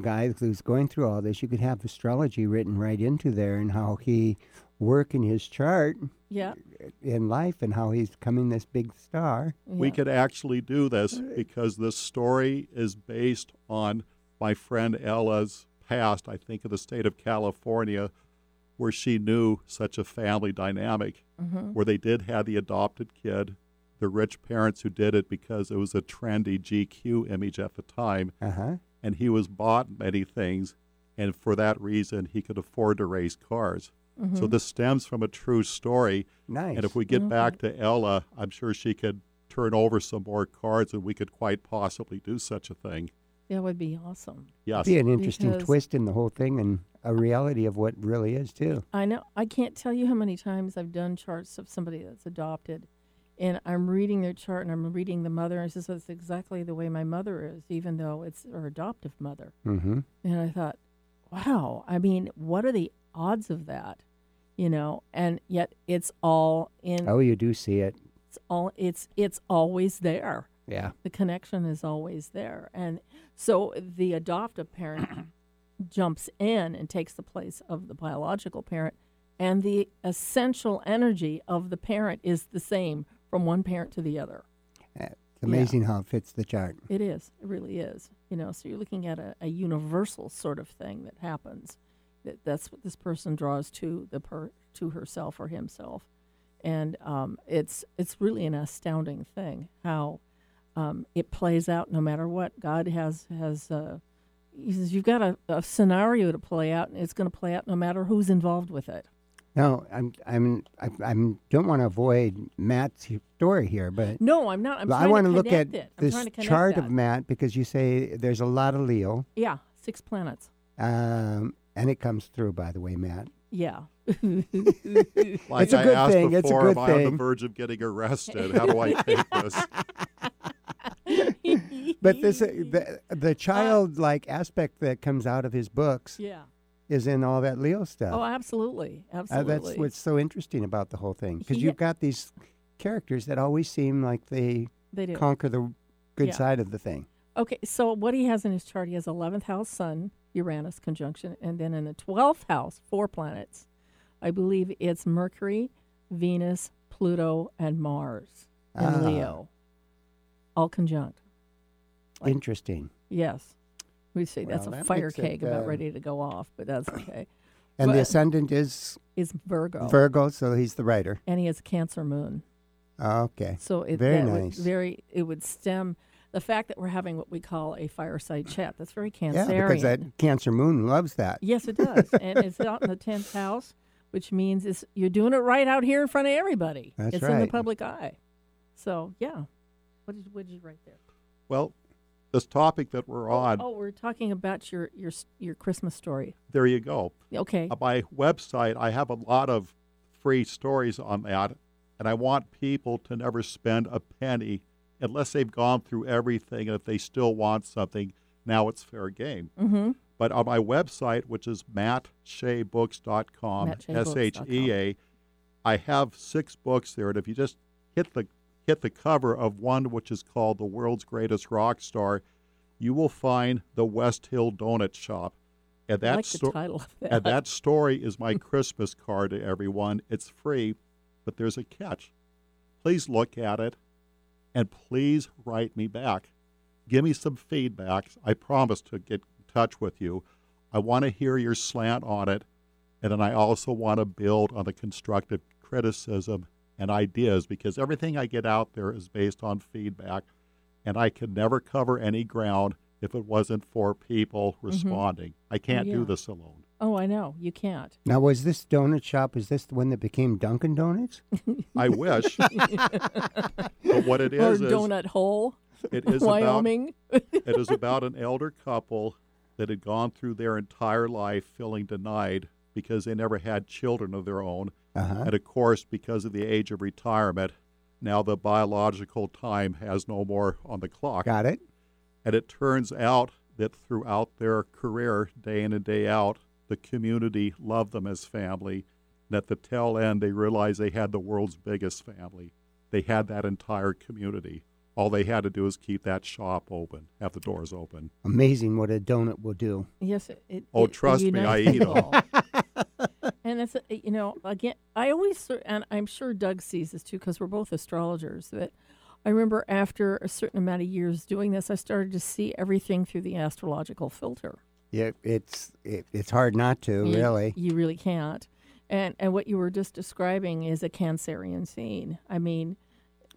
Speaker 2: guy who's going through all this. You could have astrology written right into there and how he work in his chart
Speaker 1: Yeah.
Speaker 2: in life and how he's coming this big star.
Speaker 3: We
Speaker 1: yeah.
Speaker 3: could actually do this because this story is based on my friend Ella's past, I think, in the state of California, where she knew such a family dynamic
Speaker 1: Mm-hmm.
Speaker 3: where they did have the adopted kid, the rich parents who did it because it was a trendy GQ image at the time,
Speaker 2: Uh huh.
Speaker 3: and he was bought many things, and for that reason, he could afford to race cars.
Speaker 1: Mm-hmm.
Speaker 3: So this stems from a true story.
Speaker 2: Nice. Mm-hmm.
Speaker 3: And if we get back to Ella, I'm sure she could turn over some more cards and we could quite possibly do such a thing.
Speaker 1: That would be awesome.
Speaker 3: Yes.
Speaker 2: be an interesting
Speaker 1: Because-
Speaker 2: twist in the whole thing and a reality of what really is too.
Speaker 1: I know. I can't tell you how many times I've done charts of somebody that's adopted, and I'm reading their chart and I'm reading the mother, and it says that's exactly the way my mother is, even though it's her adoptive mother.
Speaker 2: Mm-hmm.
Speaker 1: And I thought, wow, I mean, what are the odds of that? You know, and yet it's all in.
Speaker 2: Oh, you do see it.
Speaker 1: It's all. It's it's always there.
Speaker 2: Yeah.
Speaker 1: the connection is always there and so the adoptive parent jumps in and takes the place of the biological parent and the essential energy of the parent is the same from one parent to the other
Speaker 2: Uh, It's amazing how it fits the chart.
Speaker 1: it is it really is you know so you're looking at a, a universal sort of thing that happens that that's what this person draws to the per to herself or himself and um, it's it's really an astounding thing how um, it plays out no matter what. God has has uh, he says you've got a, a scenario to play out, and it's going to play out no matter who's involved with it.
Speaker 2: No, I'm I'm I I'm, don't want to avoid Matt's he- story here, but
Speaker 1: No, I'm not. I'm
Speaker 2: but
Speaker 1: trying
Speaker 2: I want to look at
Speaker 1: connect it. I'm
Speaker 2: this
Speaker 1: trying to connect
Speaker 2: chart
Speaker 1: that.
Speaker 2: of Matt because you say there's a lot of Leo,
Speaker 1: Yeah, six planets.
Speaker 2: um, and it comes through. By the way, Matt,
Speaker 1: Yeah,
Speaker 3: Like
Speaker 2: It's a
Speaker 3: I
Speaker 2: good
Speaker 3: asked
Speaker 2: thing, it's a
Speaker 3: before,
Speaker 2: good
Speaker 3: am I on
Speaker 2: thing.
Speaker 3: the verge of
Speaker 2: *laughs*
Speaker 3: getting arrested? How do I take this?
Speaker 2: *laughs*
Speaker 1: *laughs*
Speaker 2: but this uh, the the childlike aspect that comes out of his books
Speaker 1: yeah.
Speaker 2: is in all that Leo stuff.
Speaker 1: Oh, absolutely,
Speaker 2: Uh,
Speaker 1: absolutely.
Speaker 2: that's what's so interesting about the whole thing because
Speaker 1: He-
Speaker 2: you've got these characters that always seem like they
Speaker 1: they do.
Speaker 2: conquer the good
Speaker 1: Yeah.
Speaker 2: side of the thing.
Speaker 1: Okay, so what he has in his chart, he has 11th house Sun, Uranus conjunction, and then in the 12th house, four planets. I believe it's Mercury, Venus, Pluto, and Mars in
Speaker 2: Ah.
Speaker 1: Leo, all conjunct. Like-
Speaker 2: Interesting.
Speaker 1: Yes. We see that's a
Speaker 2: Well, that
Speaker 1: fire
Speaker 2: makes it,
Speaker 1: cake about
Speaker 2: uh,
Speaker 1: ready to go off, but that's okay.
Speaker 2: And
Speaker 1: But-
Speaker 2: the ascendant is
Speaker 1: Is Virgo,
Speaker 2: Virgo, so he's the writer. Oh,
Speaker 1: and he has a Cancer moon.
Speaker 2: Okay.
Speaker 1: So it
Speaker 2: Very
Speaker 1: that would
Speaker 2: nice.
Speaker 1: very it would stem the fact that we're having what we call a fireside chat. That's very
Speaker 2: Yeah,
Speaker 1: Cancerian.
Speaker 2: because that Cancer Moon loves that.
Speaker 1: Yes, it
Speaker 2: *laughs*
Speaker 1: does. and it's out in the 10th house, which means it's, you're doing it right out here in front of everybody.
Speaker 2: That's
Speaker 1: it's in the
Speaker 2: right.
Speaker 1: public eye. So yeah, what did what did you write there?
Speaker 3: Well, this topic that we're on,
Speaker 1: Oh, we're talking about your your s- your Christmas story.
Speaker 3: there you go.
Speaker 1: Okay.
Speaker 3: On my website, I have a lot of free stories on that, and I want people to never spend a penny unless they've gone through everything. And if they still want something, now it's fair game.
Speaker 1: mm-hmm.
Speaker 3: But on my website, which is mattsheabooks.com, S H E A, I have six books there, and if you just hit the hit the cover of one which is called "The World's Greatest Rock Star," you will find the West Hill Donut Shop, and
Speaker 1: I
Speaker 3: that
Speaker 1: like
Speaker 3: sto-
Speaker 1: the title of that.
Speaker 3: *laughs* and that story is my Christmas card to everyone. It's free, but there's a catch. Please look at it and please write me back. Give me some feedback. I promise to get in touch with you. I want to hear your slant on it. And then I also want to build on the constructive criticism and ideas because everything I get out there is based on feedback. And I can never cover any ground if it wasn't for people responding. I can't
Speaker 1: yeah.
Speaker 3: do this alone.
Speaker 1: oh, I know you can't.
Speaker 2: Now, was this donut shop, is this the one that became Dunkin' Donuts?
Speaker 3: I wish. but what it
Speaker 1: or
Speaker 3: is is
Speaker 1: Donut Hole, *laughs*
Speaker 3: it is
Speaker 1: Wyoming.
Speaker 3: about *laughs* it is about an elder couple that had gone through their entire life feeling denied because they never had children of their own,
Speaker 2: Uh-huh.
Speaker 3: and of course because of the age of retirement, now the biological time has no more on the clock.
Speaker 2: Got it.
Speaker 3: And it turns out that throughout their career, day in and day out, the community loved them as family. And at the tail end, they realized they had the world's biggest family. They had that entire community. All they had to do is keep that shop open, have the doors open.
Speaker 2: Amazing what a donut will do.
Speaker 1: Yes, it. it
Speaker 3: Oh,
Speaker 1: it
Speaker 3: trust me, I
Speaker 1: unites
Speaker 3: eat 'em.
Speaker 1: all. *laughs* and it's uh, you know again, I always sor- and I'm sure Doug sees this too because we're both astrologers. But I remember after a certain amount of years doing this, I started to see everything through the astrological filter.
Speaker 2: Yeah, it's it, it's hard not to,
Speaker 1: You-
Speaker 2: really.
Speaker 1: You really can't. And and what you were just describing is a Cancerian scene. I mean,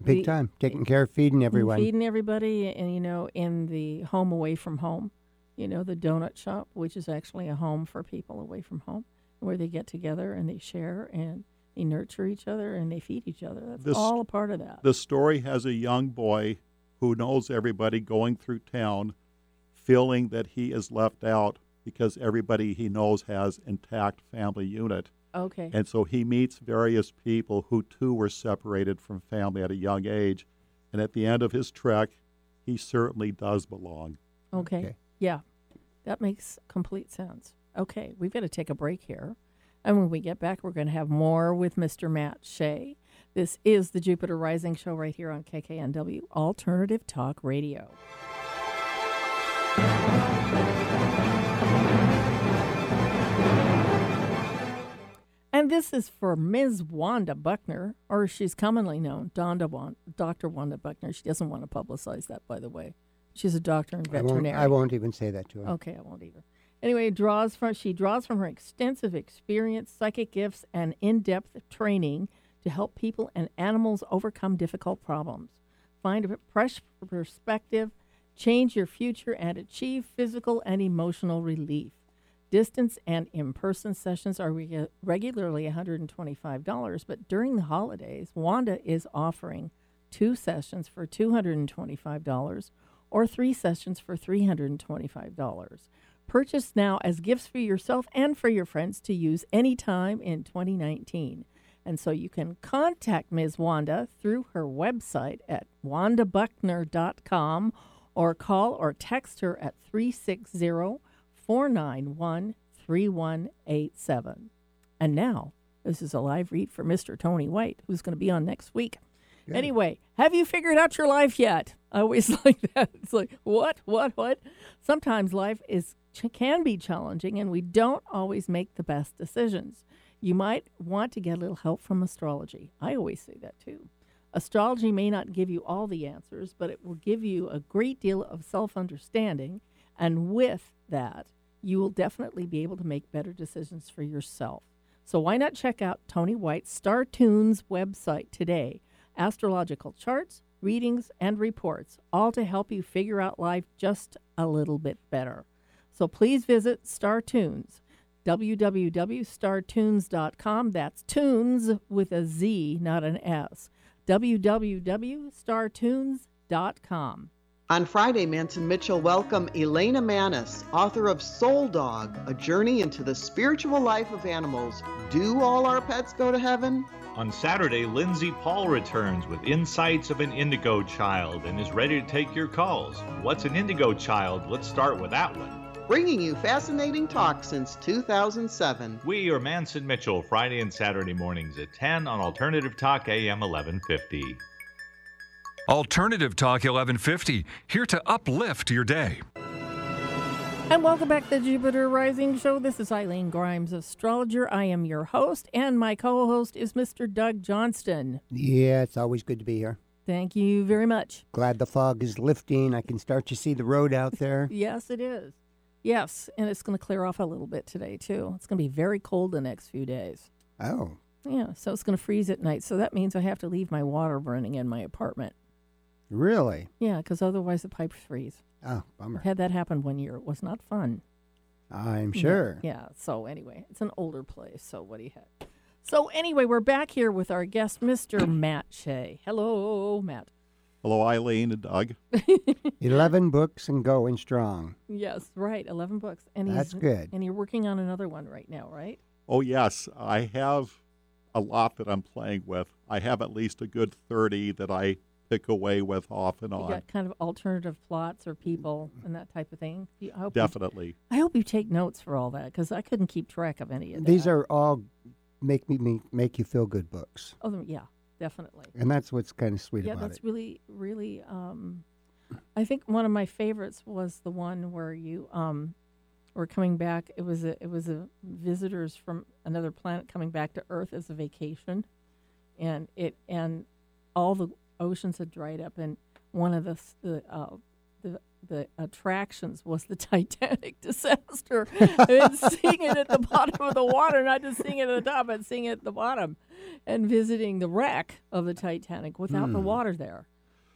Speaker 2: Big
Speaker 1: the-
Speaker 2: time. Taking care of feeding everyone.
Speaker 1: feeding everybody, and you know, in the home away from home, you know, the donut shop, which is actually a home for people away from home, where they get together and they share and they nurture each other and they feed each other. That's
Speaker 3: This-
Speaker 1: all a part of that.
Speaker 3: The story has a young boy who knows everybody going through town, feeling that he is left out because everybody he knows has intact family unit.
Speaker 1: okay.
Speaker 3: And so he meets various people who too were separated from family at a young age. And at the end of his trek, he certainly does belong.
Speaker 1: Okay.
Speaker 2: Okay.
Speaker 1: Yeah. That makes complete sense. Okay. We've got to take a break here. And when we get back, we're going to have more with Mr. Matt Shea. This is the Jupiter Rising Show right here on KKNW Alternative Talk Radio. And this is for Ms. Wanda Buckner, or she's commonly known, Donda Wan- Dr. Wanda Buckner. She doesn't want to publicize that, by the way. She's a doctor and
Speaker 2: I, won't,
Speaker 1: veterinarian.
Speaker 2: I won't even say that to her.
Speaker 1: Okay, I won't either. Anyway, draws from she draws from her extensive experience, psychic gifts, and in-depth training to help people and animals overcome difficult problems, find a fresh perspective, change your future, and achieve physical and emotional relief. Distance and in-person sessions are reg- regularly $125, but during the holidays, Wanda is offering two sessions for $225 or three sessions for $325. Purchase now as gifts for yourself and for your friends to use anytime in 2019. And so you can contact Ms. Wanda through her website at wandabuckner.com or call or text her at 360 491 3187. And now, this is a live read for Mr. Tony White, who's going to be on next week. Anyway, have you figured out your life yet? I always *laughs* like that. It's like, what, what, what? Sometimes life is ch- can be challenging and we don't always make the best decisions. You might want to get a little help from astrology. I always say that too. Astrology may not give you all the answers, but it will give you a great deal of self understanding. And with that, you will definitely be able to make better decisions for yourself. So why not check out Tony White's Star Tunes website today? Astrological charts, readings, and reports, all to help you figure out life just a little bit better. So please visit Star Tunes, www.startunes.com. That's tunes with a Z, not an S. www.startunes.com.
Speaker 5: On Friday, Manson Mitchell welcomed Elena Manis, author of Soul Dog, A Journey into the Spiritual Life of Animals. Do all our pets go to heaven?
Speaker 6: On Saturday, Lindsay Paul returns with insights of an indigo child and is ready to take your calls. What's an indigo child? Let's start with that one.
Speaker 5: Bringing you fascinating talk since 2007.
Speaker 6: We are Manson Mitchell, Friday and Saturday mornings at 10 on Alternative Talk AM 1150.
Speaker 4: Alternative Talk 1150, here to uplift your day.
Speaker 1: And welcome back to the Jupiter Rising Show. This is Eileen Grimes, astrologer. I am your host, and my co host is Mr. Doug Johnston.
Speaker 2: Yeah, it's always good to be here.
Speaker 1: Thank you very much.
Speaker 2: Glad the fog is lifting. I can start to see the road out
Speaker 1: *laughs*
Speaker 2: there.
Speaker 1: Yes, it is. Yes, and it's going to clear off a little bit today, too. It's going to be very cold the next few days.
Speaker 2: Oh,
Speaker 1: Yeah, so it's going to freeze at night. So that means I have to leave my water running in my apartment.
Speaker 2: really?
Speaker 1: Yeah, because otherwise the pipes freeze.
Speaker 2: Oh,
Speaker 1: I've
Speaker 2: bummer.
Speaker 1: had that happen one year. It was not fun.
Speaker 2: I'm sure.
Speaker 1: Yeah. So anyway, it's an older place. So what do you have? So anyway, we're back here with our guest,
Speaker 2: *coughs*
Speaker 1: Mr. Matt Shea. Hello, Matt. *laughs*
Speaker 3: Hello, Eileen and Doug.
Speaker 2: 11 books and going strong.
Speaker 1: Yes, right. Eleven books, and
Speaker 2: That's
Speaker 1: he's,
Speaker 2: good.
Speaker 1: And you're working on another one right now, right?
Speaker 3: Oh, yes, I have a lot that I'm playing with. I have at least a good 30 that I pick away with off and
Speaker 1: You
Speaker 3: on.
Speaker 1: got kind of alternative plots or people and that type of thing. You- I hope you-
Speaker 3: Definitely.
Speaker 1: I hope you take notes for all that because I couldn't keep track of any of
Speaker 2: These
Speaker 1: that.
Speaker 2: are all make me, me make you feel good books.
Speaker 1: Oh, yeah, definitely.
Speaker 2: And that's what's kind of sweet
Speaker 1: yeah,
Speaker 2: about
Speaker 1: that's
Speaker 2: it.
Speaker 1: really, really. Um, I think one of my favorites was the one where you um, were coming back. It was a, it was a visitors from another planet coming back to Earth as a vacation, and it and all the oceans had dried up, and one of the s- the uh, the the attractions was the *laughs* Titanic disaster. and seeing it at the *laughs* bottom of the water, not just seeing it at the top, but seeing it at the bottom, and visiting the wreck of the Titanic without
Speaker 2: Hmm.
Speaker 1: the water there.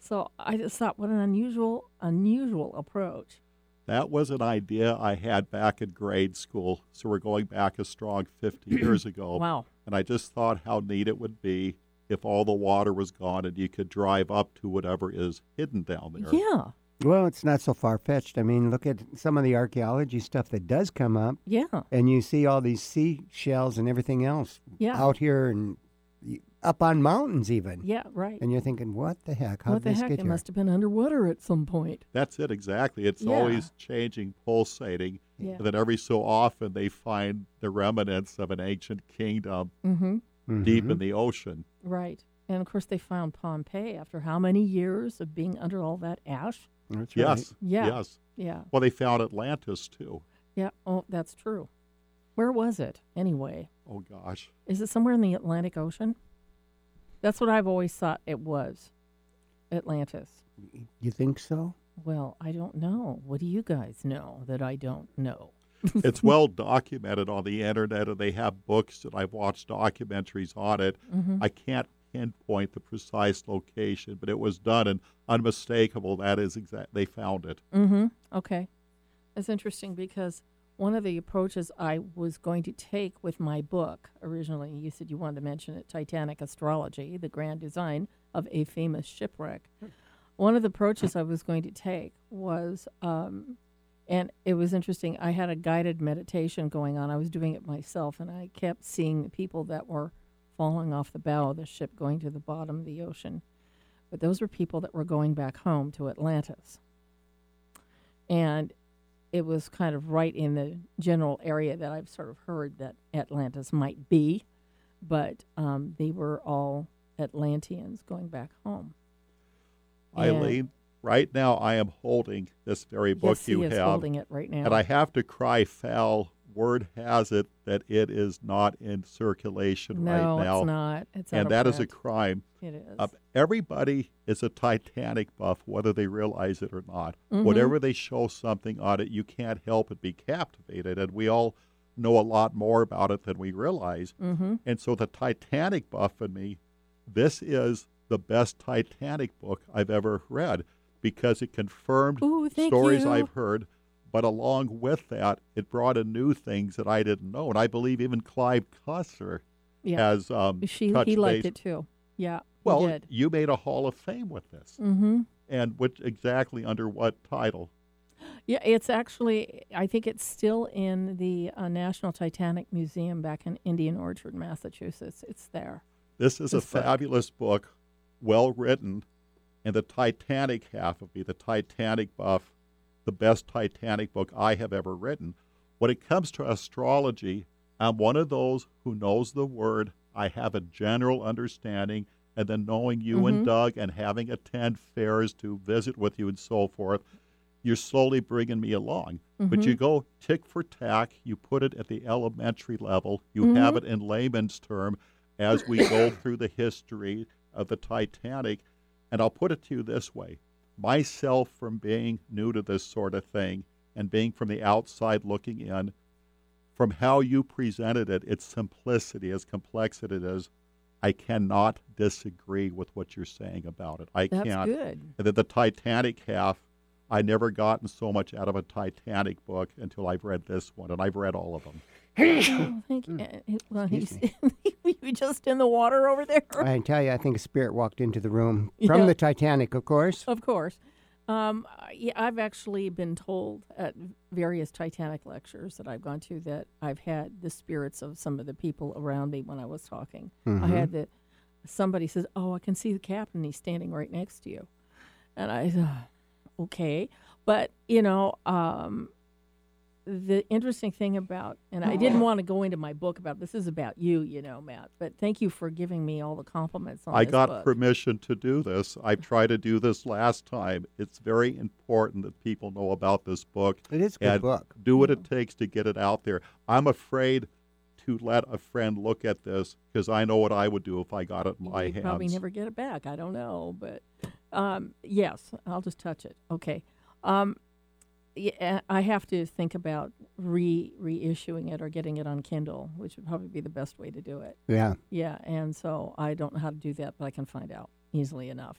Speaker 1: So I just thought, what an unusual, unusual approach.
Speaker 3: That was an idea I had back in grade school. So we're going back a strong
Speaker 1: *clears throat*
Speaker 3: 50 years ago.
Speaker 2: Oh,
Speaker 1: Wow.
Speaker 3: And I just thought how neat it would be if all the water was gone and you could drive up to whatever is hidden down there.
Speaker 1: Yeah.
Speaker 2: Well, it's not so far fetched. I mean, look at some of the archaeology stuff that does come up,
Speaker 1: Yeah.
Speaker 2: and you see all these seashells and everything else
Speaker 1: Yeah.
Speaker 2: out here and y- up on mountains, even.
Speaker 1: Yeah. Right.
Speaker 2: And you're thinking, what the heck? How
Speaker 1: What the
Speaker 2: did this
Speaker 1: heck?
Speaker 2: get
Speaker 1: It
Speaker 2: here?
Speaker 1: must have been underwater at some point.
Speaker 3: That's it, exactly. It's
Speaker 1: Yeah.
Speaker 3: always changing, pulsating.
Speaker 1: Yeah.
Speaker 3: And then every so often they find the remnants of an ancient kingdom
Speaker 1: Mm-hmm.
Speaker 3: deep in the ocean.
Speaker 1: Right. And of course, they found Pompeii after how many years of being under all that ash?
Speaker 2: That's right.
Speaker 3: Yes.
Speaker 1: Yeah.
Speaker 3: Yes.
Speaker 1: Yeah.
Speaker 3: Well, they found Atlantis too.
Speaker 1: Yeah. Oh, that's true. Where was it anyway?
Speaker 3: Oh, gosh.
Speaker 1: Is it somewhere in the Atlantic Ocean? That's what I've always thought it was. Atlantis.
Speaker 2: You think so?
Speaker 1: Well, I don't know. What do you guys know that I don't know? *laughs*
Speaker 3: it's well documented on the internet, and they have books, and I've watched documentaries on it.
Speaker 1: Mm-hmm.
Speaker 3: I can't pinpoint the precise location, but it was done and unmistakable. That is exact. They found it.
Speaker 1: Mm-hmm. Okay. That's interesting because one of the approaches I was going to take with my book originally, you said you wanted to mention it Titanic Astrology, the grand design of a famous shipwreck. One of the approaches I was going to take was, um, and it was interesting, I had a guided meditation going on. I was doing it myself, and I kept seeing the people that were falling off the bow of the ship going to the bottom of the ocean. But those were people that were going back home to Atlantis and it was kind of right in the general area that I've sort of heard that Atlantis might be, but um, they were all Atlanteans going back home. Yeah.
Speaker 3: Eileen, right now I am holding this very book
Speaker 1: yes,
Speaker 3: you
Speaker 1: he is
Speaker 3: have,
Speaker 1: holding it right now.
Speaker 3: and I have to cry foul. Word has it that it is not in circulation
Speaker 1: no,
Speaker 3: right now,
Speaker 1: it's not. It's out
Speaker 3: and
Speaker 1: of
Speaker 3: that is a
Speaker 1: print.
Speaker 3: crime.
Speaker 1: It is.
Speaker 3: Uh, everybody is a Titanic buff, whether they realize it or not.
Speaker 1: Mm-hmm.
Speaker 3: Whenever they show something on it, you can't help but be captivated. And we all know a lot more about it than we realize.
Speaker 1: mm-hmm.
Speaker 3: And so the Titanic buff in me, this is the best Titanic book I've ever read because it confirmed
Speaker 1: Ooh, thank
Speaker 3: stories
Speaker 1: you.
Speaker 3: I've heard. But along with that, it brought in new things that I didn't know. And I believe even Clive Cussler
Speaker 1: Yeah.
Speaker 3: has um,
Speaker 1: She
Speaker 3: touched
Speaker 1: he liked
Speaker 3: base
Speaker 1: it too. Yeah.
Speaker 3: Well,
Speaker 1: did.
Speaker 3: you made a Hall of Fame with this.
Speaker 1: Mm-hmm.
Speaker 3: And which exactly under what title?
Speaker 1: Yeah, it's actually, I think it's still in the uh, National Titanic Museum back in Indian Orchard, Massachusetts. It's there.
Speaker 3: This is a
Speaker 1: This book.
Speaker 3: fabulous book, well written, and the Titanic half of me, the Titanic buff, the best Titanic book I have ever written. When it comes to astrology, I'm one of those who knows the word. I have a general understanding, and then knowing you
Speaker 1: Mm-hmm.
Speaker 3: and Doug and having attend fairs to visit with you and so forth, you're slowly bringing me along. But you go tick for tack, you put it at the elementary level, you have it in layman's term as we go through the history of the Titanic. And I'll put it to you this way myself, from being new to this sort of thing and being from the outside looking in, from how you presented it, its simplicity, as complex as it is, I cannot disagree with what you're saying about it. I
Speaker 1: That's
Speaker 3: can't.
Speaker 1: good.
Speaker 3: And then the Titanic half, I never gotten so much out of a Titanic book until I've read this one, and I've read all of them.
Speaker 2: *laughs*
Speaker 1: Oh, thank you. Uh, Well, he's,
Speaker 2: Hmm. Excuse
Speaker 1: were *laughs* you just in the water over there?
Speaker 2: I can tell you, I think a spirit walked into
Speaker 1: *laughs*
Speaker 2: the room from
Speaker 1: Yeah.
Speaker 2: the Titanic, of course.
Speaker 1: Of course. Um, I- yeah, I've actually been told at various Titanic lectures that I've gone to that I've had the spirits of some of the people around me when I was talking.
Speaker 3: Mm-hmm.
Speaker 1: I had the somebody says, "Oh, I can see the captain. He's standing right next to you," and I, said, "Oh, okay, but you know, um, the interesting thing about, and I didn't want to go into my book about this is about you, you know, Matt. But thank you for giving me all the compliments on
Speaker 3: I
Speaker 1: this
Speaker 3: got
Speaker 1: Oh, book.
Speaker 3: permission to do this. I tried to do this last time. It's very important that people know about this book.
Speaker 2: It is a good
Speaker 3: and
Speaker 2: book. Mm-hmm.
Speaker 3: Do what it takes to get it out there. I'm afraid to let a friend look at this because I know what I would do if I got it in
Speaker 1: You
Speaker 3: my
Speaker 1: may
Speaker 3: hands.
Speaker 1: probably never get it back. I don't know, but um, yes, I'll just touch it. Okay. Um, yeah, uh, I have to think about re reissuing it or getting it on Kindle, which would probably be the best way to do it.
Speaker 2: Yeah.
Speaker 1: Yeah, and so I don't know how to do that, but I can find out easily enough.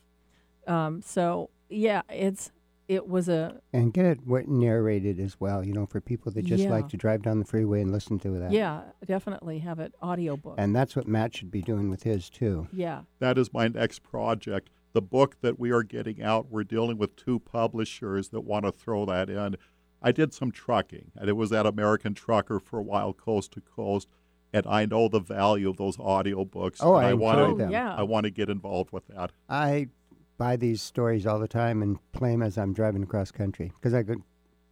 Speaker 1: Um, so yeah, it's it was a
Speaker 2: And get it wa- narrated as well, you know, for people that just
Speaker 1: Yeah.
Speaker 2: like to drive down the freeway and listen to that.
Speaker 1: yeah, definitely have it audiobook.
Speaker 2: And that's what Matt should be doing with his, too.
Speaker 1: yeah.
Speaker 3: That is my next project. The book that we are getting out, we're dealing with two publishers that want to throw that in. I did some trucking, and it was that American trucker for a while, coast to coast, and I know the value of those audiobooks.
Speaker 2: Oh,
Speaker 3: and
Speaker 2: I
Speaker 3: wanna-
Speaker 2: enjoy them.
Speaker 1: Yeah.
Speaker 3: I want to get involved with that.
Speaker 2: I buy these stories all the time and play them as I'm driving across country because I could,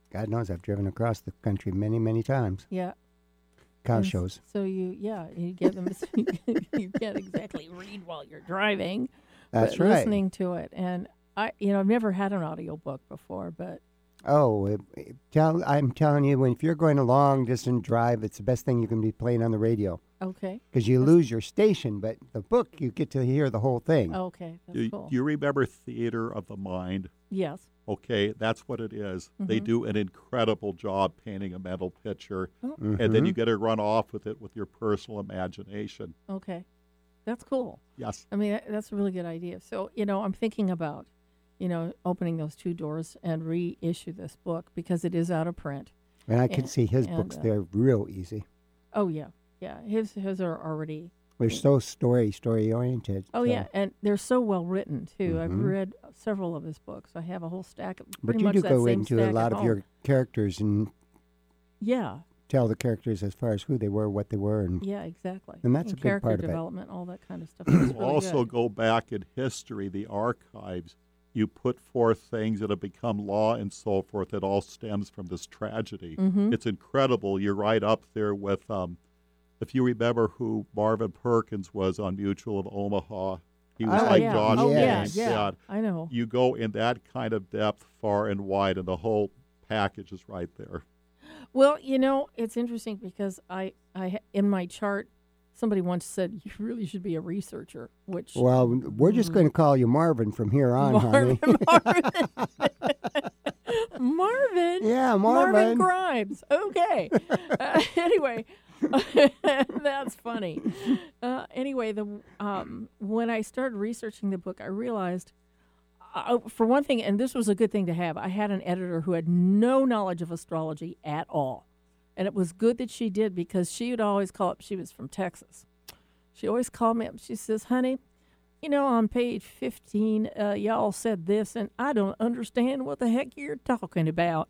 Speaker 2: God knows, I've driven across the country many, many times.
Speaker 1: Yeah.
Speaker 2: Cow
Speaker 1: And s-
Speaker 2: shows.
Speaker 1: So you, yeah, you get them. *laughs* you can't exactly read while you're driving.
Speaker 2: That's
Speaker 1: but
Speaker 2: right.
Speaker 1: Listening to it, and I, you know, I've never had an audiobook before, but
Speaker 2: Oh, it, it- tell I'm telling you, when if you're going a long distance drive, it's the best thing you can be playing on the radio
Speaker 1: okay,
Speaker 2: because you lose your station, but the book you get to hear the whole thing.
Speaker 1: okay, that's
Speaker 3: Do,
Speaker 1: cool.
Speaker 3: do you remember Theater of the Mind?
Speaker 1: yes.
Speaker 3: Okay, that's what it is.
Speaker 1: Mm-hmm.
Speaker 3: They do an incredible job painting a mental picture,
Speaker 2: Mm-hmm.
Speaker 3: and then you get to run off with it with your personal imagination.
Speaker 1: Okay, that's cool.
Speaker 3: Yes.
Speaker 1: I mean, that- that's a really good idea. So, you know, I'm thinking about, you know, opening those two doors and reissue this book because it is out of print.
Speaker 2: And I can
Speaker 1: And-
Speaker 2: see his
Speaker 1: and,
Speaker 2: books
Speaker 1: uh,
Speaker 2: there real easy.
Speaker 1: Oh yeah, yeah. His his are already.
Speaker 2: They're so story story oriented.
Speaker 1: Oh
Speaker 2: so-
Speaker 1: yeah, and they're so well written too. I've
Speaker 2: Mhm.
Speaker 1: read several of his books. I have a whole stack. Of,
Speaker 2: but
Speaker 1: pretty
Speaker 2: you
Speaker 1: much
Speaker 2: do
Speaker 1: that
Speaker 2: go
Speaker 1: same
Speaker 2: into
Speaker 1: stack
Speaker 2: a
Speaker 1: at
Speaker 2: lot of
Speaker 1: home.
Speaker 2: your characters and
Speaker 1: Yeah,
Speaker 2: tell the characters as far as who they were, what they were, and
Speaker 1: yeah, exactly.
Speaker 2: And that's a big
Speaker 1: character
Speaker 2: part of it.
Speaker 1: development, all that kind of stuff.
Speaker 3: *clears throat*
Speaker 1: That's really
Speaker 3: also
Speaker 1: good.
Speaker 3: go back in history, the archives. You put forth things that have become law and so forth. It all stems from this tragedy.
Speaker 1: Mm-hmm.
Speaker 3: It's incredible. You're right up there with, um, if you remember who Marvin Perkins was on Mutual of Omaha. He was
Speaker 2: Oh,
Speaker 3: like
Speaker 1: yeah.
Speaker 3: John
Speaker 1: oh, yeah,
Speaker 3: Wayne's
Speaker 1: yeah.
Speaker 3: dad.
Speaker 1: I know.
Speaker 3: You go in that kind of depth, far and wide, and the whole package is right there.
Speaker 1: Well, you know, it's interesting because I, I, ha- in my chart, somebody once said you really should be a researcher, which
Speaker 2: well, we're just going to call you Marvin from here on, honey.
Speaker 1: mm-hmm. Marvin, Marvin,
Speaker 2: *laughs*
Speaker 1: Marvin,
Speaker 2: Yeah, Marvin.
Speaker 1: Marvin Grimes.
Speaker 2: *laughs*
Speaker 1: Okay. Uh, *laughs* anyway, that's funny. Uh, anyway, the um, when I started researching the book, I realized, uh, for one thing, and this was a good thing to have. I had an editor who had no knowledge of astrology at all, and it was good that she did because she would always call up. She was from Texas. She always called me up. She says, "Honey, you know, on page 15, uh, y'all said this, and I don't understand what the heck you're talking about.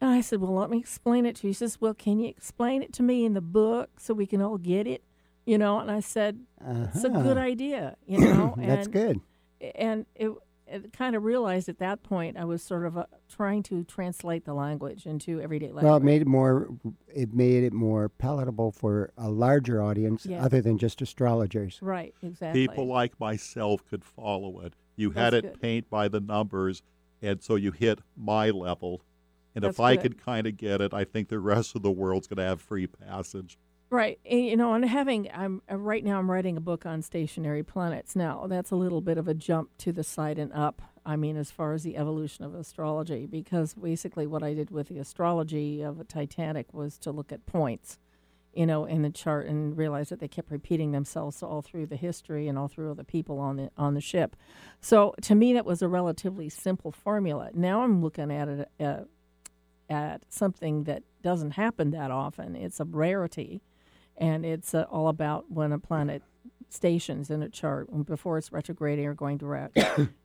Speaker 1: And I said, Well, let me explain it to you. She says, Well, can you explain it to me in the book so we can all get it? You know, and I said, It's a good
Speaker 2: Uh-huh.
Speaker 1: idea, you know?
Speaker 2: *coughs* That's
Speaker 1: and,
Speaker 2: good.
Speaker 1: And it, it kind of realized at that point I was sort of uh, trying to translate the language into everyday language.
Speaker 2: Well, it made it more. It made it more palatable for a larger audience,
Speaker 1: Yes.
Speaker 2: other than just astrologers.
Speaker 1: Right, exactly.
Speaker 3: People like myself could follow it. You
Speaker 1: That's
Speaker 3: had it
Speaker 1: good.
Speaker 3: paint by the numbers, and so you hit my level. And
Speaker 1: That's
Speaker 3: if I
Speaker 1: good.
Speaker 3: could kind of get it, I think the rest of the world's going to have free passage.
Speaker 1: Right, and, you know, and having I'm uh, right now I'm writing a book on stationary planets. Now that's a little bit of a jump to the side and up. I mean, as far as the evolution of astrology, because basically what I did with the astrology of Titanic was to look at points, you know, in the chart and realize that they kept repeating themselves all through the history and all through the people on the on the ship. So to me, that was a relatively simple formula. Now I'm looking at it. Uh, at something that doesn't happen that often. It's a rarity and it's uh, all about when a planet stations in a chart and before it's retrograding or going direct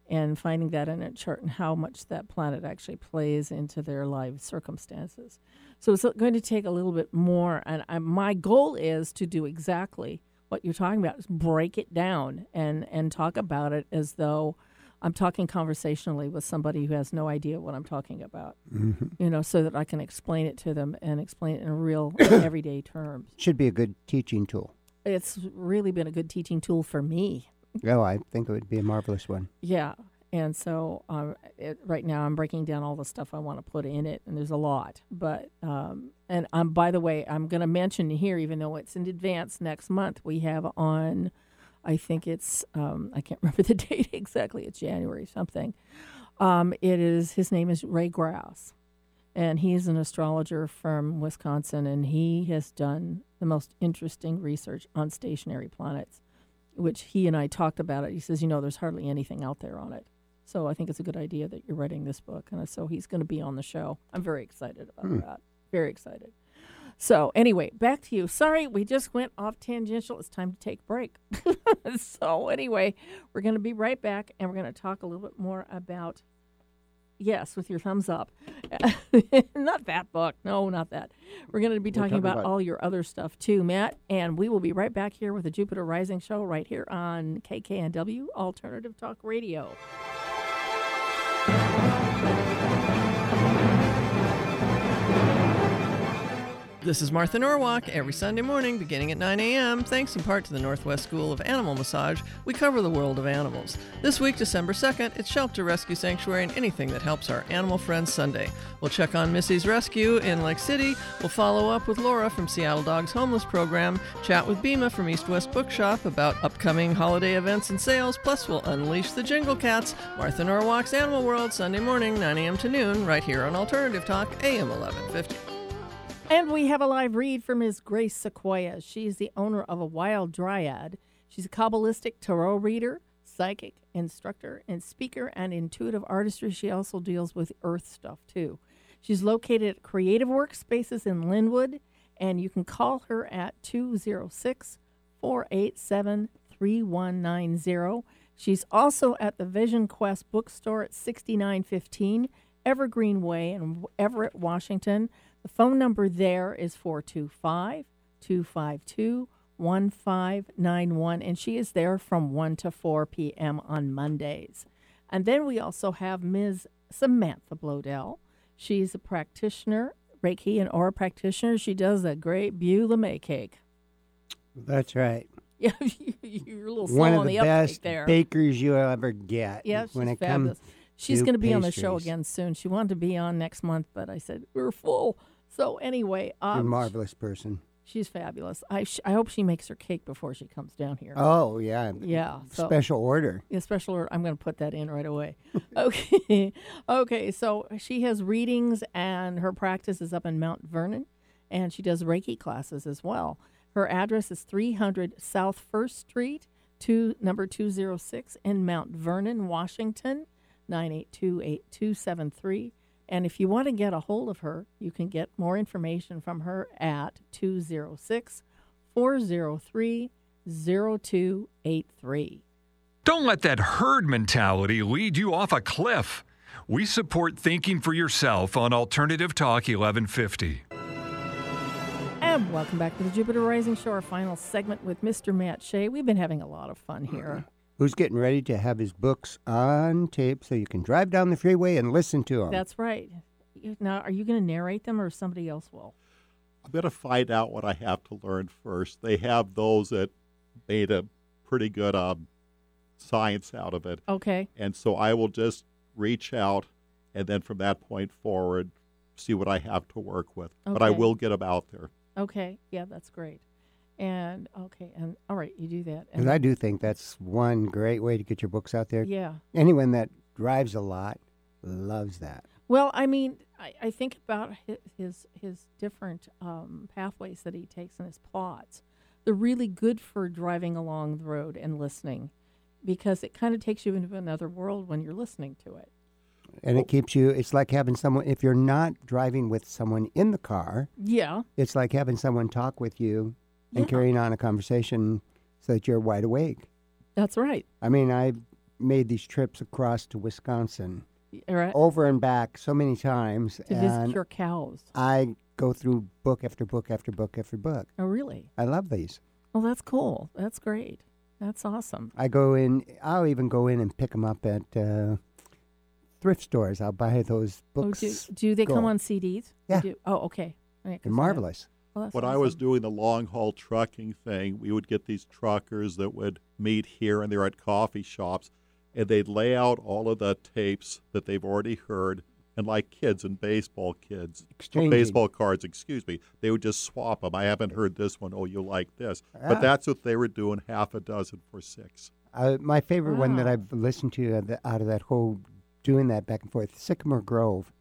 Speaker 1: and finding that in a chart and how much that planet actually plays into their life circumstances so it's going to take a little bit more and I, my goal is to do exactly what you're talking about is break it down and and talk about it as though i'm talking conversationally with somebody who has no idea what i'm talking about you know so that i can explain it to them and explain it in real everyday terms
Speaker 2: Should be a good teaching tool.
Speaker 1: it's really been a good teaching tool for me.
Speaker 2: Oh, I think it would be a marvelous one.
Speaker 1: Yeah. And so um, it, right now I'm breaking down all the stuff I want to put in it, and there's a lot. But um, and um, by the way, I'm going to mention here, even though it's in advance next month, we have on, I think it's um, I can't *laughs* remember the date exactly. It's January something. Um, it is his name is Ray Grouse, and he is an astrologer from Wisconsin, and he has done the most interesting research on stationary planets which he and I talked about it. He says, you know, there's hardly anything out there on it. So I think it's a good idea that you're writing this book. And so he's going to be on the show. I'm very excited about that. Very excited. So anyway, back to you. Sorry, we just went off tangential. It's time to take a break. *laughs* so anyway, we're going to be right back and we're going to talk a little bit more about yes, with your thumbs up. *laughs* not that book. No, not that. We're going to be talking,
Speaker 2: talking
Speaker 1: about,
Speaker 2: about-
Speaker 1: all your other stuff too, Matt. And we will be right back here with the Jupiter Rising show right here on KKNW Alternative Talk Radio.
Speaker 7: This is Martha Norwalk. Every Sunday morning, beginning at 9 a.m., thanks in part to the Northwest School of Animal Massage, we cover the world of animals. This week, December 2nd, it's Shelter Rescue Sanctuary and anything that helps our animal friends Sunday. We'll check on Missy's rescue in Lake City. We'll follow up with Laura from Seattle Dogs Homeless Program, chat with Bima from East West Bookshop about upcoming holiday events and sales, plus we'll unleash the Jingle Cats, Martha Norwalk's Animal World, Sunday morning, 9 a.m. to noon, right here on Alternative Talk, AM 1150.
Speaker 1: And we have a live read from Ms. Grace Sequoia. She's the owner of a wild dryad. She's a Kabbalistic tarot reader, psychic, instructor, and speaker, and intuitive artistry. She also deals with earth stuff too. She's located at Creative Workspaces in Linwood, and you can call her at 206 487 3190. She's also at the Vision Quest bookstore at 6915 Evergreen Way in Everett, Washington. The phone number there is 425 252 1591, and she is there from 1 to 4 p.m. on Mondays. And then we also have Ms. Samantha Blodell. She's a practitioner, Reiki and aura practitioner. She does a great Beulah May cake.
Speaker 2: That's right.
Speaker 1: *laughs* Yeah, you, you're a little slow
Speaker 2: one of
Speaker 1: on
Speaker 2: the,
Speaker 1: the, uptake
Speaker 2: best
Speaker 1: there.
Speaker 2: bakers you'll ever get.
Speaker 1: Yeah, she's
Speaker 2: when it
Speaker 1: fabulous.
Speaker 2: comes,
Speaker 1: she's
Speaker 2: to
Speaker 1: going to be on the show
Speaker 2: pastries.
Speaker 1: again soon. She wanted to be on next month, but I said we're full. So anyway,
Speaker 2: you're a
Speaker 1: um,
Speaker 2: marvelous person.
Speaker 1: she's fabulous. I sh- I hope she makes her cake before she comes down here.
Speaker 2: Oh yeah,
Speaker 1: yeah, so
Speaker 2: special order.
Speaker 1: yeah, special order. I'm going to put that in right away. *laughs* okay. Okay. So she has readings and her practice is up in Mount Vernon and she does Reiki classes as well. Her address is 300 South 1st Street to number 206 in Mount Vernon, Washington, 9828273. And if you want to get a hold of her, you can get more information from her at 206 403 0283.
Speaker 4: Don't let that herd mentality lead you off a cliff. We support thinking for yourself on Alternative Talk 1150.
Speaker 1: And welcome back to the Jupiter Rising Show, our final segment with Mr. Matt Shea. We've been having a lot of fun here.
Speaker 2: Who's getting ready to have his books on tape so you can drive down the freeway and listen to them?
Speaker 1: That's right. Now, are you going to narrate them or somebody else will?
Speaker 3: I'm going to find out what I have to learn first. They have those that made a pretty good um, science out of it.
Speaker 1: Okay.
Speaker 3: And so I will just reach out and then from that point forward, see what I have to work with. But I
Speaker 1: Okay.
Speaker 3: will get them out there.
Speaker 1: Okay. Yeah, that's great. And okay. And all right, you do that.
Speaker 2: Because I do think that's one great way to get your books out there.
Speaker 1: Yeah.
Speaker 2: Anyone that drives a lot loves that.
Speaker 1: Well, I mean, I, I think about hi- his his different um, pathways that he takes in his plots. They're really good for driving along the road and listening, because it kind of takes you into another world when you're listening to it.
Speaker 2: And it keeps you, it's like having someone, if you're not driving with someone in the car,
Speaker 1: Yeah.
Speaker 2: it's like having someone talk with you and
Speaker 1: Yeah.
Speaker 2: carrying on a conversation so that you're wide awake.
Speaker 1: That's right.
Speaker 2: I mean, I've made these trips across to Wisconsin
Speaker 1: Y- All right.
Speaker 2: over and back so many times.
Speaker 1: to visit
Speaker 2: Oh, and
Speaker 1: your cows.
Speaker 2: I go through book after book after book after book.
Speaker 1: Oh, really?
Speaker 2: I love these.
Speaker 1: Well, that's cool. That's great. That's awesome.
Speaker 2: I go in. I'll even go in and pick them up at uh, thrift stores. I'll buy those books.
Speaker 1: oh, do, do they come
Speaker 2: go.
Speaker 1: on CDs? They
Speaker 2: Yeah.
Speaker 1: do? Oh, okay. All right, 'cause
Speaker 2: They're
Speaker 1: I-
Speaker 2: marvelous.
Speaker 1: well, Oh, that's
Speaker 3: when I was
Speaker 1: awesome.
Speaker 3: doing the long haul trucking thing, we would get these truckers that would meet here and they're at coffee shops and they'd lay out all of the tapes that they've already heard. And like kids and baseball kids,
Speaker 2: Exchanging.
Speaker 3: baseball cards, excuse me, they would just swap them. I haven't heard this one. Oh, you like this.
Speaker 2: Ah.
Speaker 3: But that's what they were doing half a dozen for six.
Speaker 2: Uh, my favorite one that
Speaker 1: Wow.
Speaker 2: I've listened to out of the- out of that whole doing that back and forth, Sycamore Grove.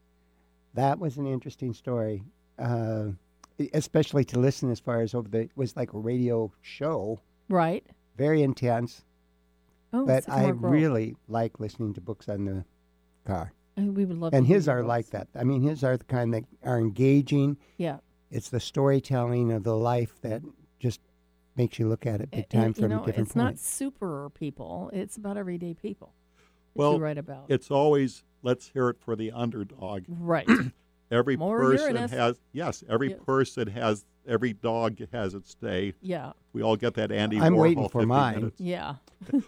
Speaker 2: That was an interesting story, uh, e- especially to listen as far as over the it was like a radio show,
Speaker 1: right.
Speaker 2: very intense.
Speaker 1: Oh,
Speaker 2: but I
Speaker 1: Sycamore Grove.
Speaker 2: really like listening to books on the car,
Speaker 1: And we would love.
Speaker 2: and
Speaker 1: to
Speaker 2: his
Speaker 1: hear
Speaker 2: are
Speaker 1: those.
Speaker 2: like that. I mean, his are the kind that are engaging.
Speaker 1: Yeah.
Speaker 2: It's the storytelling of the life that just makes you look at it big
Speaker 1: And,
Speaker 2: time
Speaker 1: you
Speaker 2: from
Speaker 1: know,
Speaker 2: a different
Speaker 1: it's
Speaker 2: point.
Speaker 1: not super people. It's about everyday people. That
Speaker 3: Well,
Speaker 1: you write about
Speaker 3: It's always let's hear it for the underdog.
Speaker 2: *clears throat*
Speaker 1: right.
Speaker 3: Every
Speaker 1: More
Speaker 3: person
Speaker 1: Uranus.
Speaker 3: has yes, every
Speaker 1: Yeah.
Speaker 3: person has every dog has its day.
Speaker 1: yeah,
Speaker 3: We all get that Andy
Speaker 2: I'm
Speaker 3: Warhol
Speaker 2: waiting for
Speaker 3: 50
Speaker 2: mine.
Speaker 3: minutes.
Speaker 1: yeah.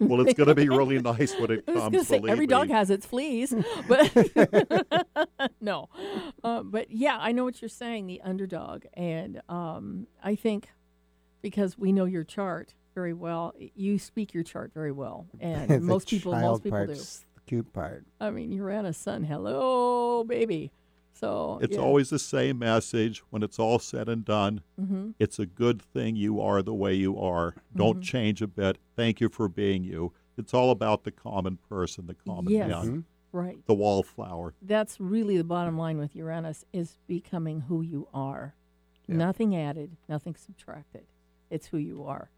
Speaker 3: Well, it's going to be really *laughs* nice when it
Speaker 1: I was
Speaker 3: comes.
Speaker 1: gonna say
Speaker 3: believe
Speaker 1: every dog
Speaker 3: me.
Speaker 1: has its fleas, but *laughs* no. Uh, but yeah, I know what you're saying. The underdog, and um, I think because we know your chart very well, you speak your chart very
Speaker 3: *laughs*
Speaker 1: well,
Speaker 2: The *laughs*
Speaker 1: and most people,
Speaker 2: child
Speaker 1: most people do.
Speaker 2: part's The cute part.
Speaker 1: I mean, Uranus, Sun, hello, baby. So
Speaker 3: It's
Speaker 1: yeah.
Speaker 3: always the same message. When it's all said and done,
Speaker 1: Mhm.
Speaker 3: it's a good thing you are the way you are. Don't
Speaker 1: Mm-hmm.
Speaker 3: change a bit. Thank you for being you. It's all about the common person, the common
Speaker 1: Yes.
Speaker 2: Mm-hmm.
Speaker 3: man,
Speaker 1: Mhm. right.
Speaker 3: the wallflower.
Speaker 1: that's really the bottom line with Uranus is becoming who you are.
Speaker 2: Yeah.
Speaker 1: Nothing added, nothing subtracted. It's who you are.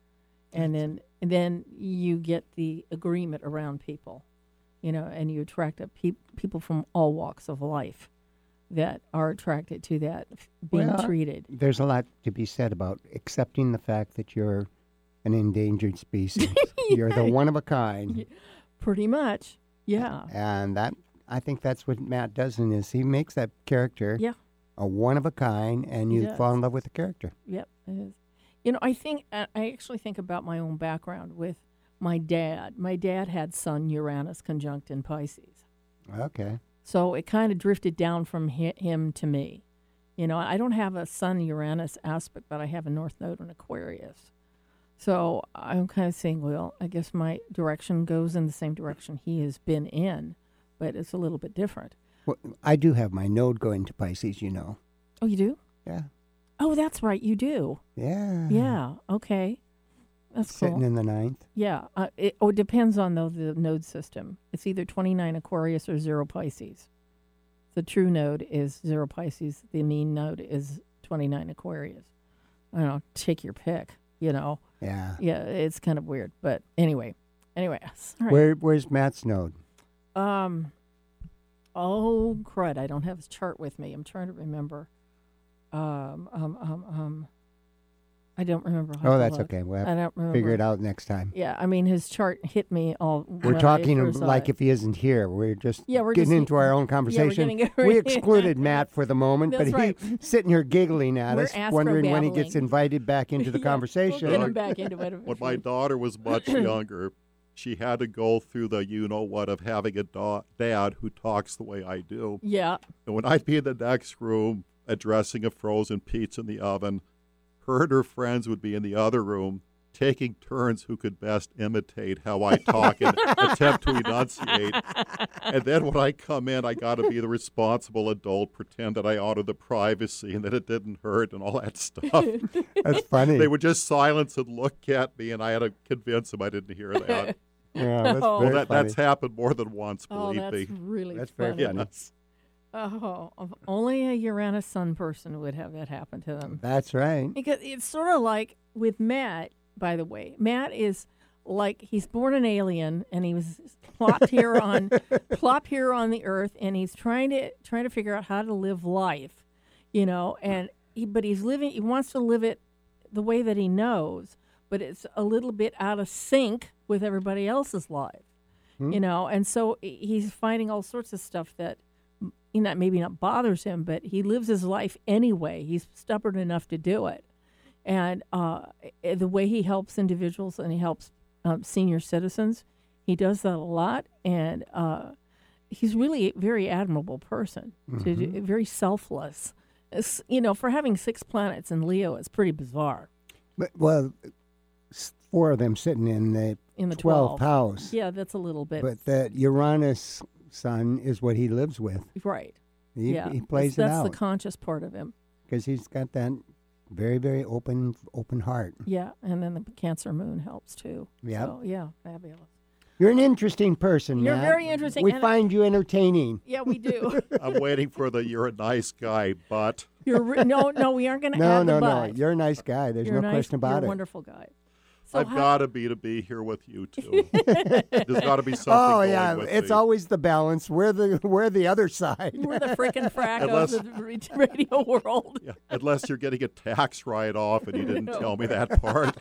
Speaker 1: And then and then you get the agreement around people. You know, and you attract a peop people from all walks of life that are attracted to that f- being
Speaker 2: Well,
Speaker 1: treated.
Speaker 2: There's a lot to be said about accepting the fact that you're an
Speaker 1: *laughs*
Speaker 2: endangered species. You're the one of a kind.
Speaker 1: Pretty much. Yeah.
Speaker 2: And that I think that's what Matt does in this. He makes that character
Speaker 1: Yeah.
Speaker 2: a one of a kind and
Speaker 1: He
Speaker 2: you fall
Speaker 1: does.
Speaker 2: in love with the character.
Speaker 1: Yep, it is. You know, I think I I actually think about my own background with my dad. My dad had Sun Uranus conjunct in Pisces,
Speaker 2: Okay.
Speaker 1: so it kind of drifted down from hi- him to me. You know, I don't have a Sun Uranus aspect, but I have a North Node in Aquarius. So I'm kind of saying, well, I guess my direction goes in the same direction he has been in, but it's a little bit different.
Speaker 2: Well, I do have my node going to Pisces, you know.
Speaker 1: Oh, you do?
Speaker 2: Yeah.
Speaker 1: Oh, that's right, you do.
Speaker 2: Yeah.
Speaker 1: Yeah. Okay. That's
Speaker 2: Mm-hmm. Sitting
Speaker 1: cool.
Speaker 2: in the ninth.
Speaker 1: Yeah. Uh, it, oh, it depends on though the node system. It's either 29 Aquarius or 0 Pisces. The true node is 0 Pisces. The mean node is 29 Aquarius. I don't know. Take your pick, you know.
Speaker 2: Yeah.
Speaker 1: Yeah, it's kind of weird. But anyway, anyway. *laughs* Sorry.
Speaker 2: Where where's Matt's node?
Speaker 1: Um, oh crud! I don't have his chart with me. I'm trying to remember. Um, um, um, um. I don't remember. How
Speaker 2: Oh,
Speaker 1: to
Speaker 2: that's
Speaker 1: look.
Speaker 2: okay. We'll have
Speaker 1: I don't remember.
Speaker 2: Figure it out next time.
Speaker 1: Yeah, I mean his chart hit me all. when
Speaker 2: We're
Speaker 1: I
Speaker 2: talking
Speaker 1: first saw
Speaker 2: like
Speaker 1: it.
Speaker 2: if he isn't here. We're just
Speaker 1: Yeah, we're
Speaker 2: getting
Speaker 1: just-
Speaker 2: into our own
Speaker 1: yeah, we're
Speaker 2: conversation.
Speaker 1: getting-
Speaker 2: we excluded Matt for the moment,
Speaker 1: That's
Speaker 2: but
Speaker 1: right.
Speaker 2: he's *laughs* sitting here giggling at
Speaker 1: We're
Speaker 2: us, wondering when he gets
Speaker 1: astrobabbling.
Speaker 2: invited back into
Speaker 1: *laughs*
Speaker 2: the
Speaker 1: Yeah,
Speaker 2: conversation.
Speaker 1: We'll get him back into
Speaker 3: *laughs*
Speaker 1: it.
Speaker 3: When my daughter
Speaker 1: *clears throat*
Speaker 3: was much younger, she had to go through the you know what of having a da- dad who talks the way I do.
Speaker 1: Yeah.
Speaker 3: And when I'd be in the next room addressing a frozen pizza in the oven, her and her friends would be in the other room taking turns who could best imitate how I talk
Speaker 2: *laughs*
Speaker 3: and attempt to enunciate. And then when I come in, I got to be the responsible adult, pretend that I honor the privacy and that it didn't hurt and all
Speaker 2: *laughs*
Speaker 3: that stuff.
Speaker 2: That's funny.
Speaker 3: they would just silence and look at me, and I had to convince them I didn't hear that.
Speaker 1: *laughs*
Speaker 2: yeah, that's
Speaker 1: Oh.
Speaker 3: well,
Speaker 2: very
Speaker 3: that,
Speaker 2: funny.
Speaker 3: that's happened more than once,
Speaker 1: Oh,
Speaker 3: believe
Speaker 1: that's
Speaker 3: me.
Speaker 1: really
Speaker 2: That's very
Speaker 1: funny.
Speaker 2: funny.
Speaker 3: Yes.
Speaker 1: Oh, if only a Uranus Sun person would have that happen to them.
Speaker 2: That's right.
Speaker 1: Because it's sort of like with Matt, by the way. Matt is like he's born an alien and he was plopped here on plop here on the earth and he's trying to trying to figure out how to live life, you know, and he, but he's living he wants to live it the way that he knows, but it's a little bit out of sync with everybody else's life. You know, and so he- he's finding all sorts of stuff that you know, maybe not bothers him, but he lives his life anyway. He's stubborn enough to do it. And uh, eh, the way he helps individuals and he helps um, senior citizens, he does that a lot. And uh, he's really a very admirable person, to
Speaker 2: Mm-hmm.
Speaker 1: do, very selfless. It's, you know, for having six planets in Leo, it's pretty bizarre.
Speaker 2: But, well, s- four of them sitting in the
Speaker 1: In the
Speaker 2: 12th
Speaker 1: 12th.
Speaker 2: house.
Speaker 1: Yeah, that's a little bit
Speaker 2: But that Uranus sun is what he lives with.
Speaker 1: right.
Speaker 2: He,
Speaker 1: yeah,
Speaker 2: he plays it
Speaker 1: that's the
Speaker 2: out
Speaker 1: conscious part of him.
Speaker 2: because he's got that very, very open, open heart.
Speaker 1: Yeah, and then the Cancer Moon helps too.
Speaker 2: Yep.
Speaker 1: So, yeah, fabulous.
Speaker 2: You're an interesting person.
Speaker 1: You're
Speaker 2: Matt.
Speaker 1: very interesting,
Speaker 2: We
Speaker 1: and I-
Speaker 2: find you entertaining.
Speaker 1: Yeah, we
Speaker 2: *laughs*
Speaker 1: do.
Speaker 3: I'm waiting for the you're a nice guy, but
Speaker 1: You're re- no, no. We aren't going to
Speaker 2: No,
Speaker 1: add
Speaker 2: no,
Speaker 1: the
Speaker 2: no.
Speaker 1: but.
Speaker 2: You're a nice guy. There's
Speaker 1: You're
Speaker 2: no
Speaker 1: nice-
Speaker 2: question
Speaker 1: you're
Speaker 2: about
Speaker 1: a
Speaker 2: it.
Speaker 1: wonderful guy. So
Speaker 3: I've
Speaker 1: how-
Speaker 3: got to be to be here with you too. There's got to be something.
Speaker 2: Oh
Speaker 3: going
Speaker 2: yeah,
Speaker 3: with
Speaker 2: it's
Speaker 3: me.
Speaker 2: always the balance. We're the *laughs* we're the other
Speaker 1: *laughs* *laughs*
Speaker 2: side.
Speaker 1: we're the
Speaker 3: *laughs*
Speaker 1: freaking frack
Speaker 3: Unless-
Speaker 1: of the ra- *laughs* radio
Speaker 3: *laughs*
Speaker 1: world.
Speaker 3: Yeah, unless you're getting a tax write
Speaker 1: *laughs*
Speaker 3: off, and you didn't
Speaker 1: No.
Speaker 3: tell me that
Speaker 1: *laughs*
Speaker 3: part.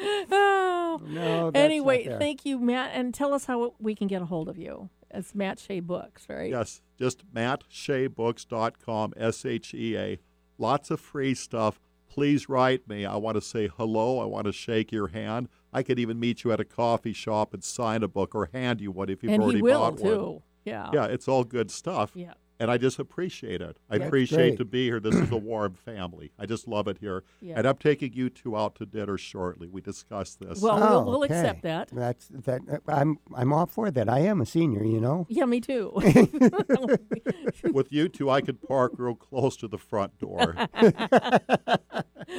Speaker 1: Oh.
Speaker 2: No, that's not
Speaker 1: anyway,
Speaker 2: fair.
Speaker 1: thank you, Matt, and tell us how we can get a hold of you. It's Matt Shea Books, right?
Speaker 3: yes, just mattsheabooks.com, S H E A. Lots of free stuff. Please write me. I want to say hello. I want to shake your hand. I could even meet you at a coffee shop and sign a book or hand you one if you've
Speaker 1: and
Speaker 3: already
Speaker 1: he will
Speaker 3: bought one.
Speaker 1: too. Yeah.
Speaker 3: Yeah, it's all good stuff.
Speaker 1: Yeah.
Speaker 3: and I just appreciate it. I
Speaker 1: Yeah.
Speaker 2: great.
Speaker 3: appreciate to be here.
Speaker 1: *clears throat*
Speaker 3: This is a warm family. I just love it here.
Speaker 1: Yeah.
Speaker 3: And I'm taking you two out to dinner shortly. We discussed this.
Speaker 1: Well, we'll,
Speaker 2: Oh,
Speaker 1: we'll
Speaker 2: okay.
Speaker 1: accept that.
Speaker 2: That's that. I'm I'm all for that. I am a senior, you know. *clears throat*
Speaker 1: Yeah, me too.
Speaker 3: *laughs* With you two, I could park real close to the
Speaker 1: *laughs*
Speaker 3: front door.
Speaker 1: You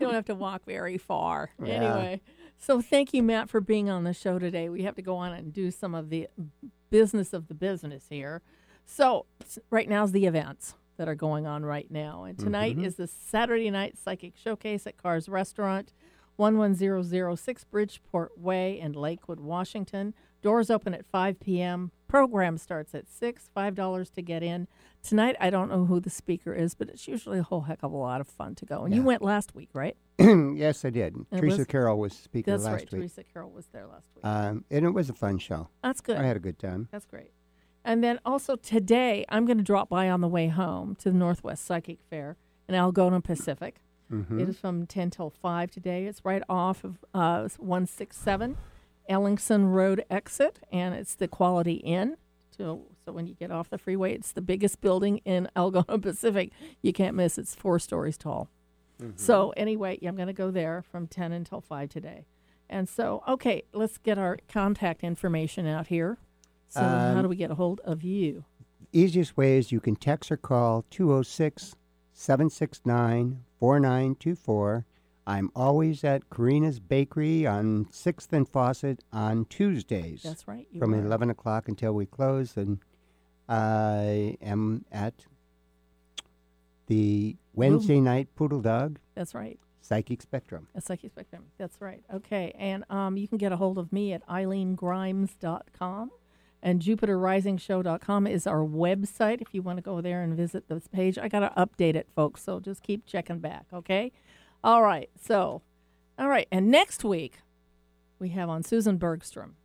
Speaker 1: don't have to walk very far.
Speaker 2: Yeah.
Speaker 1: Anyway, so thank you, Matt, for being on the show today. We have to go on and do some of the business of the business here. So, s- right now is the events that are going on right now. And tonight is the Saturday Night Psychic Showcase at Cars Restaurant, 11006 Bridgeport Way in Lakewood, Washington. Doors open at 5 p.m. Program starts at 6, $5 to get in. Tonight, I don't know who the speaker is, but it's usually a whole heck of a lot of fun to go. And you
Speaker 2: Yeah.
Speaker 1: went last week, right?
Speaker 2: yes, I did.
Speaker 1: it
Speaker 2: Teresa
Speaker 1: was-
Speaker 2: Carroll was speaking
Speaker 1: That's
Speaker 2: last
Speaker 1: right.
Speaker 2: week,
Speaker 1: Teresa Carroll was there last week.
Speaker 2: um, and it was a fun show.
Speaker 1: That's good.
Speaker 2: I had a good time.
Speaker 1: That's great. And then also today, I'm going to drop by on the way home to the Northwest Psychic Fair in Algona Pacific. It is from 10 till 5 today. It's right off of uh, 167 Ellingson Road exit, and it's the Quality Inn. So, so when you get off the freeway, it's the biggest building in *laughs* Algona Pacific. You can't miss it. It's four stories tall.
Speaker 2: Mm-hmm.
Speaker 1: So anyway, yeah, I'm going to go there from 10 until 5 today. And so, okay, let's get our contact information out here. So then how
Speaker 2: Um,
Speaker 1: do we get a hold of you?
Speaker 2: Easiest way is you can text or call 206 769 4924. I'm always at Karina's Bakery on 6th and Fawcett on Tuesdays
Speaker 1: That's right. You
Speaker 2: from
Speaker 1: are.
Speaker 2: 11 o'clock until we close. And I am at the Wednesday night Poodle Dog
Speaker 1: That's right.
Speaker 2: Psychic Spectrum.
Speaker 1: A psychic spectrum. That's right. Okay. And um, you can get a hold of me at eileengrimes.com. And jupiterrisingshow.com is our website if you want to go there and visit this page. I got to update it, folks. So just keep checking back, okay? All right. So, all right. And next week, we have on Susan Bergstrom.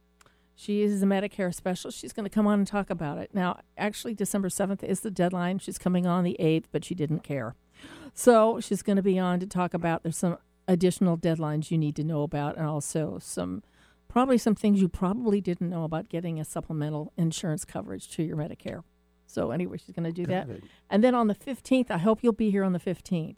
Speaker 1: She is a Medicare special. She's going to come on and talk about it. Now, actually, December 7th is the deadline. She's coming on the 8th, but she didn't care. So she's going to be on to talk about there's some additional deadlines you need to know about and also some probably some things you probably didn't know about getting a supplemental insurance coverage to your Medicare. So anyway, she's going to do that.
Speaker 2: Got it.
Speaker 1: And then on the 15th, I hope you'll be here on the 15th.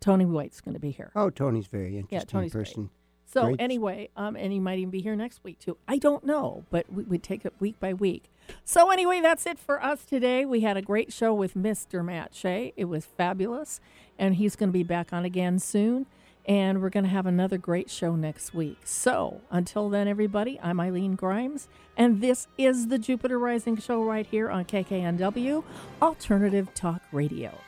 Speaker 1: Tony White's going to be here.
Speaker 2: Oh, Tony's very interesting
Speaker 1: Tony's great.
Speaker 2: person.
Speaker 1: So
Speaker 2: Great.
Speaker 1: anyway, um, and he might even be here next week too. I don't know, but we, we take it week by week. So anyway, that's it for us today. We had a great show with Mr. Matt Shea. It was fabulous, and he's going to be back on again soon. And we're going to have another great show next week. So until then, everybody, I'm Eileen Grimes, and this is the Jupiter Rising Show right here on KKNW Alternative Talk Radio.